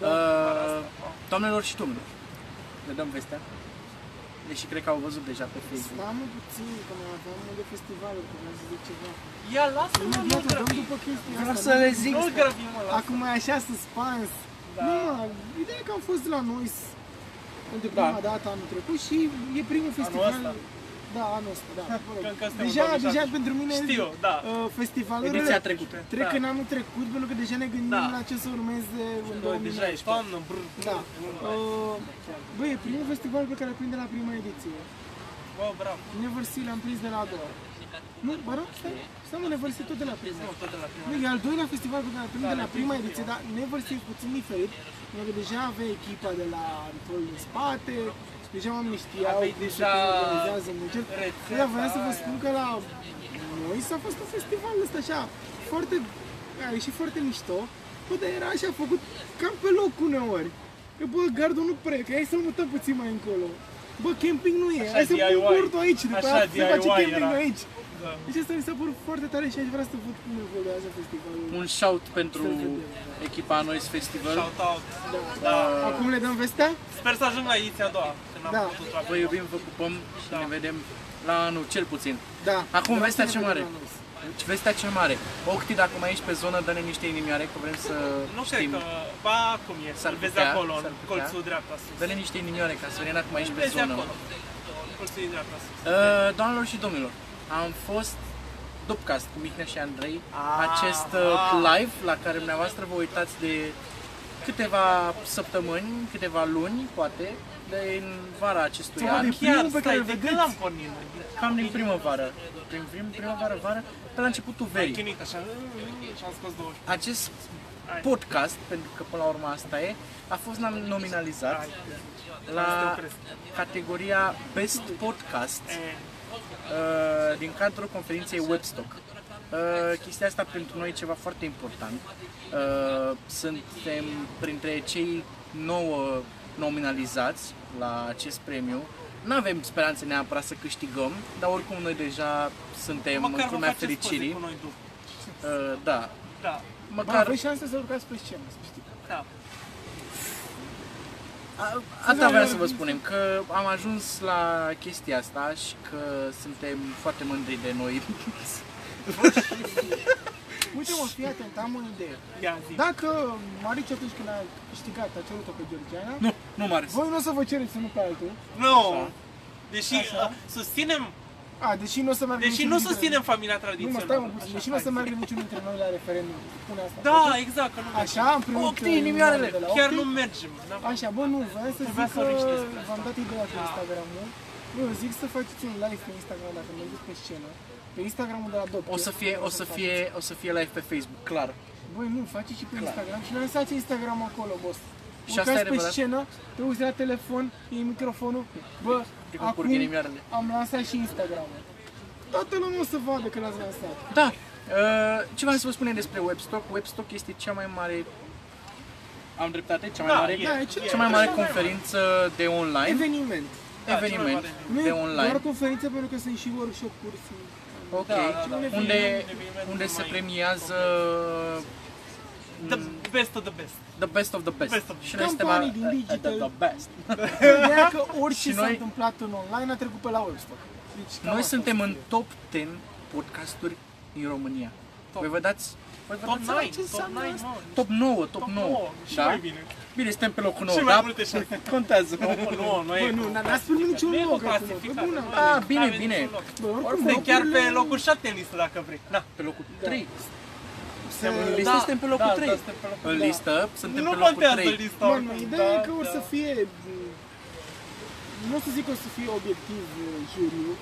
Da. vara
Uh,
asta.
doamnelor și domnilor, le dăm vestea. Deși cred că au văzut deja pe Facebook.
Stai mă puțin, că mai aveam multe festivaluri, că vreau să zic ceva.
Ia, lasă-mă,
Imediat
nu-l
o dăm
grăbi.
după chestia
Vreau
asta,
să
nu?
le zic.
Nu-l grăbi, mă, lasă.
Acum e așa suspans.
Da.
Da. Nu, mă, ideea e că am fost la Noise pentru prima
Da.
dată anul trecut și e primul festival.
ăsta.
Da, anul ăsta, da. mă rog.
Că încă suntem
deja,
în 2017.
deja pentru mine
Știu, da.
uh, festivalurile
Ediția trecută.
trec
Da.
în anul trecut pentru că deja ne gândim
Da.
la ce să urmeze în
Noi
2019.
deja ești toamnă, brr,
Da.
brr, brr.
Uh, băi, e primul festival pe care îl prinde la prima ediție.
Bă, bravo.
Never See l-am prins de la a doua. Nu, mă rog, stai, stai mă, Never See tot de la prima.
Nu, tot de la prima.
Nu, e al doilea festival pe care l-am prins
Da,
de la
la
prima
prima.
ediție, dar Never See e puțin diferit. Pentru că deja avea echipa de la Antol în spate, deja oamenii știau
Aveai
cum se
deja
organizează muncet.
rețeta
Dar vreau să vă
aia.
spun că la noi s-a fost un festival ăsta așa, foarte, a ieșit foarte mișto. Bă, dar era așa făcut cam pe loc uneori. Că bă, gardul nu prea, că hai să mutăm puțin mai încolo. Bă, camping nu e,
Așa
hai să pun
DIY.
bordul aici, după
Așa
aia se face
DIY
camping
era.
aici.
Da.
Deci asta mi s-a părut foarte tare și aș vrea să văd cum evoluează festivalul.
Un shout pentru echipa Noise Festival.
Shout out.
Da. Acum le dăm vestea?
Sper să ajung la ediția a doua, când am
Da.
putut la
Vă iubim, vă pupăm și
Da.
ne vedem la anul, cel puțin.
Da.
Acum,
Vreau
vestea
să
cea
ne
mare.
vedem la anunț.
Deci, Vestea cea mare. Octi, dacă mai ești pe zonă, dă-ne niște inimioare, că vrem să
Nu cred
știm.
că... Ba, cum e?
S-ar
Îl vezi
putea,
acolo, în
s-ar putea.
colțul dreapta sus.
Dă-ne niște inimioare, ca să vedem dacă mai ești
Îl
pe
vezi
zonă.
acolo. Colțul din dreapta sus.
Uh, Doamnelor și domnilor, am fost Dopcast cu Mihnea și Andrei, acest uh, live la care dumneavoastră vă uitați de câteva săptămâni, câteva luni, poate, de în vara acestui
Ceva
an,
de-
Chiar,
Primul pe care
stai,
îl
de când
vedeți.
am pornit noi?
cam din primăvară, prin prim, primăvară, vară, pe la începutul
Am
verii.
chinuit așa și am scos 20.
Acest
Hai.
podcast, pentru că până la urmă asta e, a fost nom- nominalizat
Hai. Hai să te
la
opresc.
categoria Best Podcast
E,
uh, din cadrul conferinței Webstock. Uh, chestia asta pentru noi e ceva foarte important. Uh, suntem printre cei nouă nominalizați la acest premiu. Nu avem speranțe neapărat să câștigăm, dar oricum noi deja suntem
Măcar
în
vă
lumea
faceți poze
fericirii.
cu noi după.
Uh, da,
Da,
Bă,
măcar
aveți șanse să urcați pe scenă, să știi.
da.
A- Asta vreau să vă spunem, că am ajuns la chestia asta și că suntem foarte mândri de noi.
Uite, mă, fii atent, am o idee.
Ia zi.
Dacă Marici atunci când a câștigat, a cerut-o pe Georgiana,
Nu, nu mare.
voi nu o să vă cereți unul pe altul.
Nu. Deși
Așa.
uh, susținem,
A, deși nu o să meargă
deși
niciunul
nu
dintre-
susținem familia
Nu, mă, stai mă
tradițională.
puțin,
Așa,
deși nu o să
hai.
meargă niciunul dintre noi la referendum. Spune asta.
Da, exact, că nu mergem.
Așa, am primit
Opti,
uh,
inimioarele.
de la
Chiar
Opti.
nu mergem. n-am-
Așa, bă, nu, vreau să
Trebuia
zic că
să vorbești despre asta.
Da.
v-am dat ideea cu Instagram-ul Bă, eu zic să faceți un live pe Instagram dacă mergeți pe scenă. Pe Instagramul de la Dope.
O să fie, o să fie, o să fie live pe Facebook, clar.
Băi, nu, faceți și pe
Clar.
Instagram și lansați Instagram acolo, boss.
Și asta
Urcați
e
pe
adevărat.
scenă, te uiți la telefon, iei microfonul. Bă,
Te
acum
concurg ghilimioarele.
am lansat și Instagram. Toată lumea o să vadă că l-ați lansat.
Da, uh, ce vreau să vă spunem despre Webstock? Webstock este cea mai mare... Am dreptate? Cea mai
Da,
mare,
e,
Da, e cel-
cea mai mare
cel
conferință de online,
Eveniment.
Da, cea mai
eveniment
mare.
Nu
de
e
online.
doar conferință pentru că sunt și workshop-uri. Sunt...
Ok,
Da, da, da.
unde,
Eveniment
unde se
mai
premiază
The best of the best.
the best of the best.
Best of the
Și noi suntem
Campanii din
a- a- a-
digital.
the best.
Ideea că orice
Și
s-a
noi-
întâmplat în online a trecut pe la Webstock. Deci, cam
Noi
asta
suntem
o să
în
fie.
top 10 podcasturi din România. Voi vă dați
Păi,
voi vă
Top
dați seama
9,
ce
top
înseamnă
9,
asta?
mă.
Top 9, top
Top
9.
9, și
Da?
mai bine.
Bine, suntem pe locul 9,
Și mai
da?
multe șanse.
Contează.
Nu, nu e.
Bă, nu, n- n-ați spus niciun
Nu e
loc
cu
acum,
clasificare,
pe bună.
nu e.
Ah, bine,
N-avem
bine.
niciun loc.
Bă, oricum,
Suntem chiar
locurile-
pe locul 7 în listă, dacă vrei. Na.
Pe locul 3.
se...
În listă
Da,
suntem pe locul
da,
3.
da, suntem pe locul
În
trei.
listă suntem pe
Nu
locul
contează
3.
lista
Bă, nu,
oricum,
ideea
da,
e că o
da.
să fie... Nu o să zic că o să fie obiectiv uh, juriul,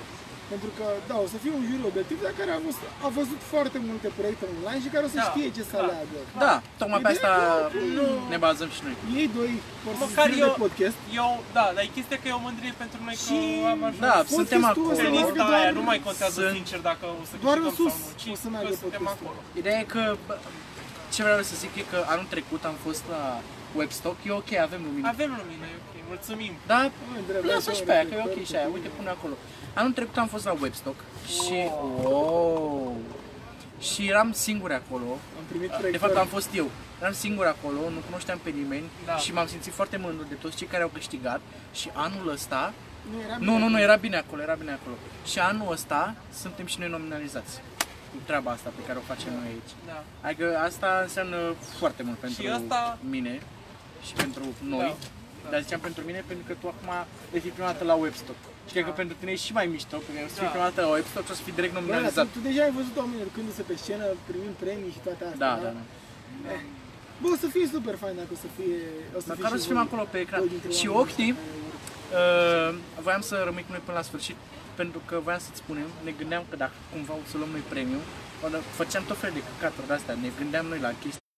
pentru că, da, o să fie un juriu obiectiv, dar care a văzut, a văzut foarte multe proiecte online și care o să
Da,
știe ce să
clar.
aleagă.
Da, tocmai pe
Ideea
asta
că nu-
ne bazăm și noi.
Ei doi vor să
Măcar
se
eu-
de podcast.
Eu, da, dar e chestia că e o mândrie pentru noi
Și-
că am ajuns.
Da,
Podcastul
suntem
o să
acolo.
Pe
meargă
lista
doar-
aia nu mai contează
Sunt-
sincer dacă o să
doar în
câștigăm
sus
sau nu, ci
o să
că
meargă
suntem
podcastul.
acolo.
Ideea e că bă, ce vreau să zic e că anul trecut am fost la Webstock, e ok, avem Da, lumină.
Avem lumină, e ok, mulțumim.
Dar
Măi, drept,
Lasă
așa,
și pe aia, că e
reflector
ok
cu
și aia,
tine.
uite, pune acolo. Anul trecut am fost la Webstock și... Wow! Și eram singur acolo,
Am primit
Da, de
proiector.
fapt am fost eu. Eram singur acolo, nu cunoșteam pe nimeni
Da.
și m-am simțit foarte mândru de toți cei care au câștigat și anul ăsta...
Nu, era
Nu,
bine.
nu, nu, era bine acolo, era bine acolo. Și anul ăsta suntem și noi nominalizați cu treaba asta pe care o facem noi aici.
Da.
Adică asta înseamnă foarte mult pentru
Și asta-
mine și pentru noi.
Da.
Dar ziceam pentru mine pentru că tu acum e fi prima dată la Webstock. Și cred că
Da.
pentru tine e și mai mișto, pentru că o să fii
Da.
prima dată la Webstock și o să fii direct
Bă, dar
nominalizat.
Da, tu, tu deja ai văzut oamenii râcându-se pe scenă, primim premii și toate astea,
Da, da, da.
Bă, o să fie super fain dacă o să fie... O să fie
Măcar o
și
să fim
voi,
acolo pe ecran.
voi dintre
Și
oamenii
Octi,
ăștia care vor-
uh, voiam să rămâi cu noi până la sfârșit, pentru că voiam să-ți spunem, ne gândeam că dacă cumva o să luăm noi premiu, o să- făceam tot felul de căcaturi de astea, ne gândeam noi la chestii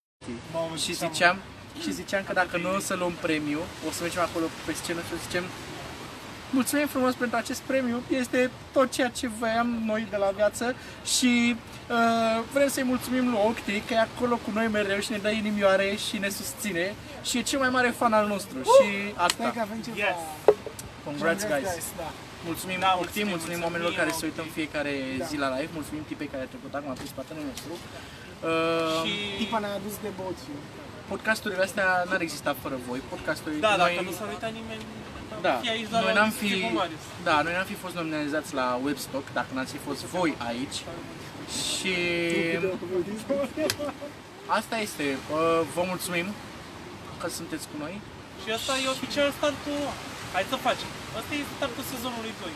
Mamă,
și
ziceam-
ziceam, și ziceam că dacă noi o să luăm premiu, o să mergem acolo pe scenă și o să zicem Mulțumim frumos pentru acest premiu, este tot ceea ce voiam noi de la viață și uh, vrem să-i mulțumim lui Octi că e acolo cu noi mereu și ne dă inimioare și ne susține și e cel mai mare fan al nostru și
Stai că
asta.
avem ceva...
Yes.
Congrats guys!
Da.
Mulțumim
Da,
da, Octi,
mulțumim,
mulțumim,
mulțumim,
oamenilor care se
Octi.
uită în fiecare
Da.
zi la live, mulțumim tipei care a trecut acum pe spatele nostru. Uh,
Și
Tipa ne-a adus de bot și...
podcasturile astea n-ar exista fără voi. Podcasturile
da,
noi...
dacă nu s-ar uita nimeni, am
da,
fi aici doar
noi
la
n-am
discuție
fi,
cu Marius.
da, noi n-am fi fost nominalizați la Webstock dacă n-ați fi fost voi aici. Și asta este. Uh, Vă mulțumim că sunteți cu noi.
Și asta e oficial startul. Hai să facem. Asta e startul sezonului 2.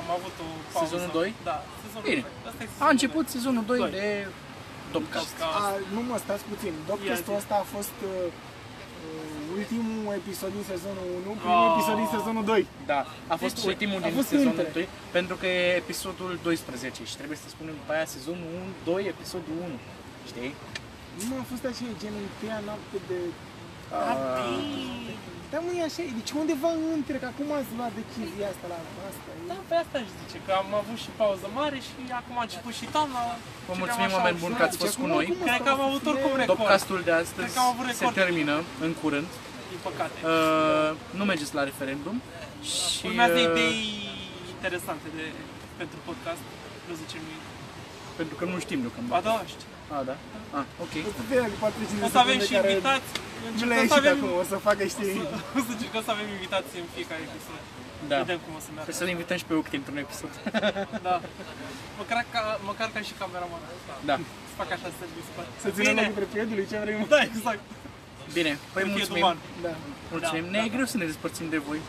Am avut o pauză.
Sezonul doi?
Da, sezonul
Bine.
2. Asta e sezonul
A început sezonul 2
Doi.
de Topcast.
A, nu mă, stați puțin. Doctorul
Ia zi.
ăsta a fost uh, uh, ultimul episod din sezonul 1, primul
Ah.
episod din sezonul 2.
Da, a fost
Deci,
ultimul
a
din
fost
sezonul
între.
2 pentru că e episodul 12 și trebuie să spunem după aia sezonul 1, 2, episodul 1. Știi?
Nu a fost așa, gen întâia noapte de... Da, mă, e așa, e, deci undeva între, că acum ați luat decizia asta la asta. e-
Da, pe asta își zice, că am avut și pauză mare și acum a început și toamna.
Vă
Și
mulțumim,
cam așa
oameni
au
buni,
fost.
că ați fost cu
Deci, Acum,
noi.
acum
Cred
asta
că
o
am
să
avut
fie-
oricum record.
Topcastul de astăzi
Cred că am avut
se
record.
termină în curând.
Din păcate.
Uh, nu mergeți la referendum și
Urmează
uh,
idei interesante de, pentru podcast. Vreo 10 minute.
pentru că nu știm
Ba
deocamdată.
da, știu.
A, da. A,
O
ok.
să fie alea 45 de
O să avem
secunde
și
care
invitați.
Nu le-a
Încercăm să
ieșit
avem...
acum, o să facă, știi...
O să încercăm să avem invitații în fiecare episod.
Da.
Vedem cum o să meargă.
Trebuie să-l invităm și pe Octi într-un episod.
Da. Măcar ca, măcar ca și cameraman.
Da.
Să fac așa să dispar.
Să ținem
Bine.
locul între prietenii, ce vrem.
Da, exact.
Bine, păi
Să fie
mulțumim.
duman.
Da.
mulțumim.
Da,
Ne e greu să ne despărțim de voi.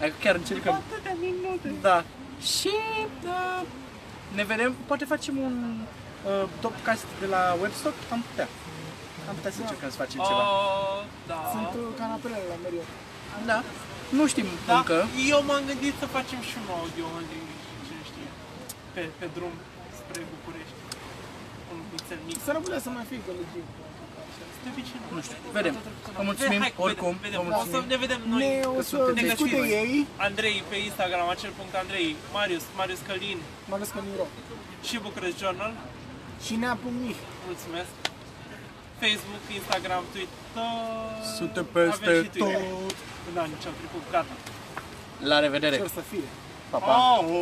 Adică chiar încercăm.
Atâtea minute.
Da. Și da, ne vedem. Poate facem un uh, topcast de la Webstock. Am putea. Am putea să încercăm să facem ceva.
Oh, da.
Sunt uh, canapelele la Marriott.
Da. Nu știm
Da?
încă.
Eu m-am gândit să facem și un audio în cine știe, pe, pe drum spre București. Un pixel mic.
S-ar putea să mai fie gălăgie.
De obicei nu.
Nu știu, vedem. Vă mulțumim,
Hai, vedem,
oricum,
vedem.
vă
O să
mulțumim.
ne vedem noi.
Ne o
că
să
sunteți
discute
activi.
ei,
Andrei pe Instagram, acel punct Andrei, Marius, Marius Călin
mai ales că nu erau.
și București Journal.
Și nea.mi.
Mulțumesc. Facebook, Instagram, Twitter.
Suntem
Avem
peste
și Twitter. Da, nici am trecut, gata.
La revedere!
Ce să fie.
Pa, pa!
Oh.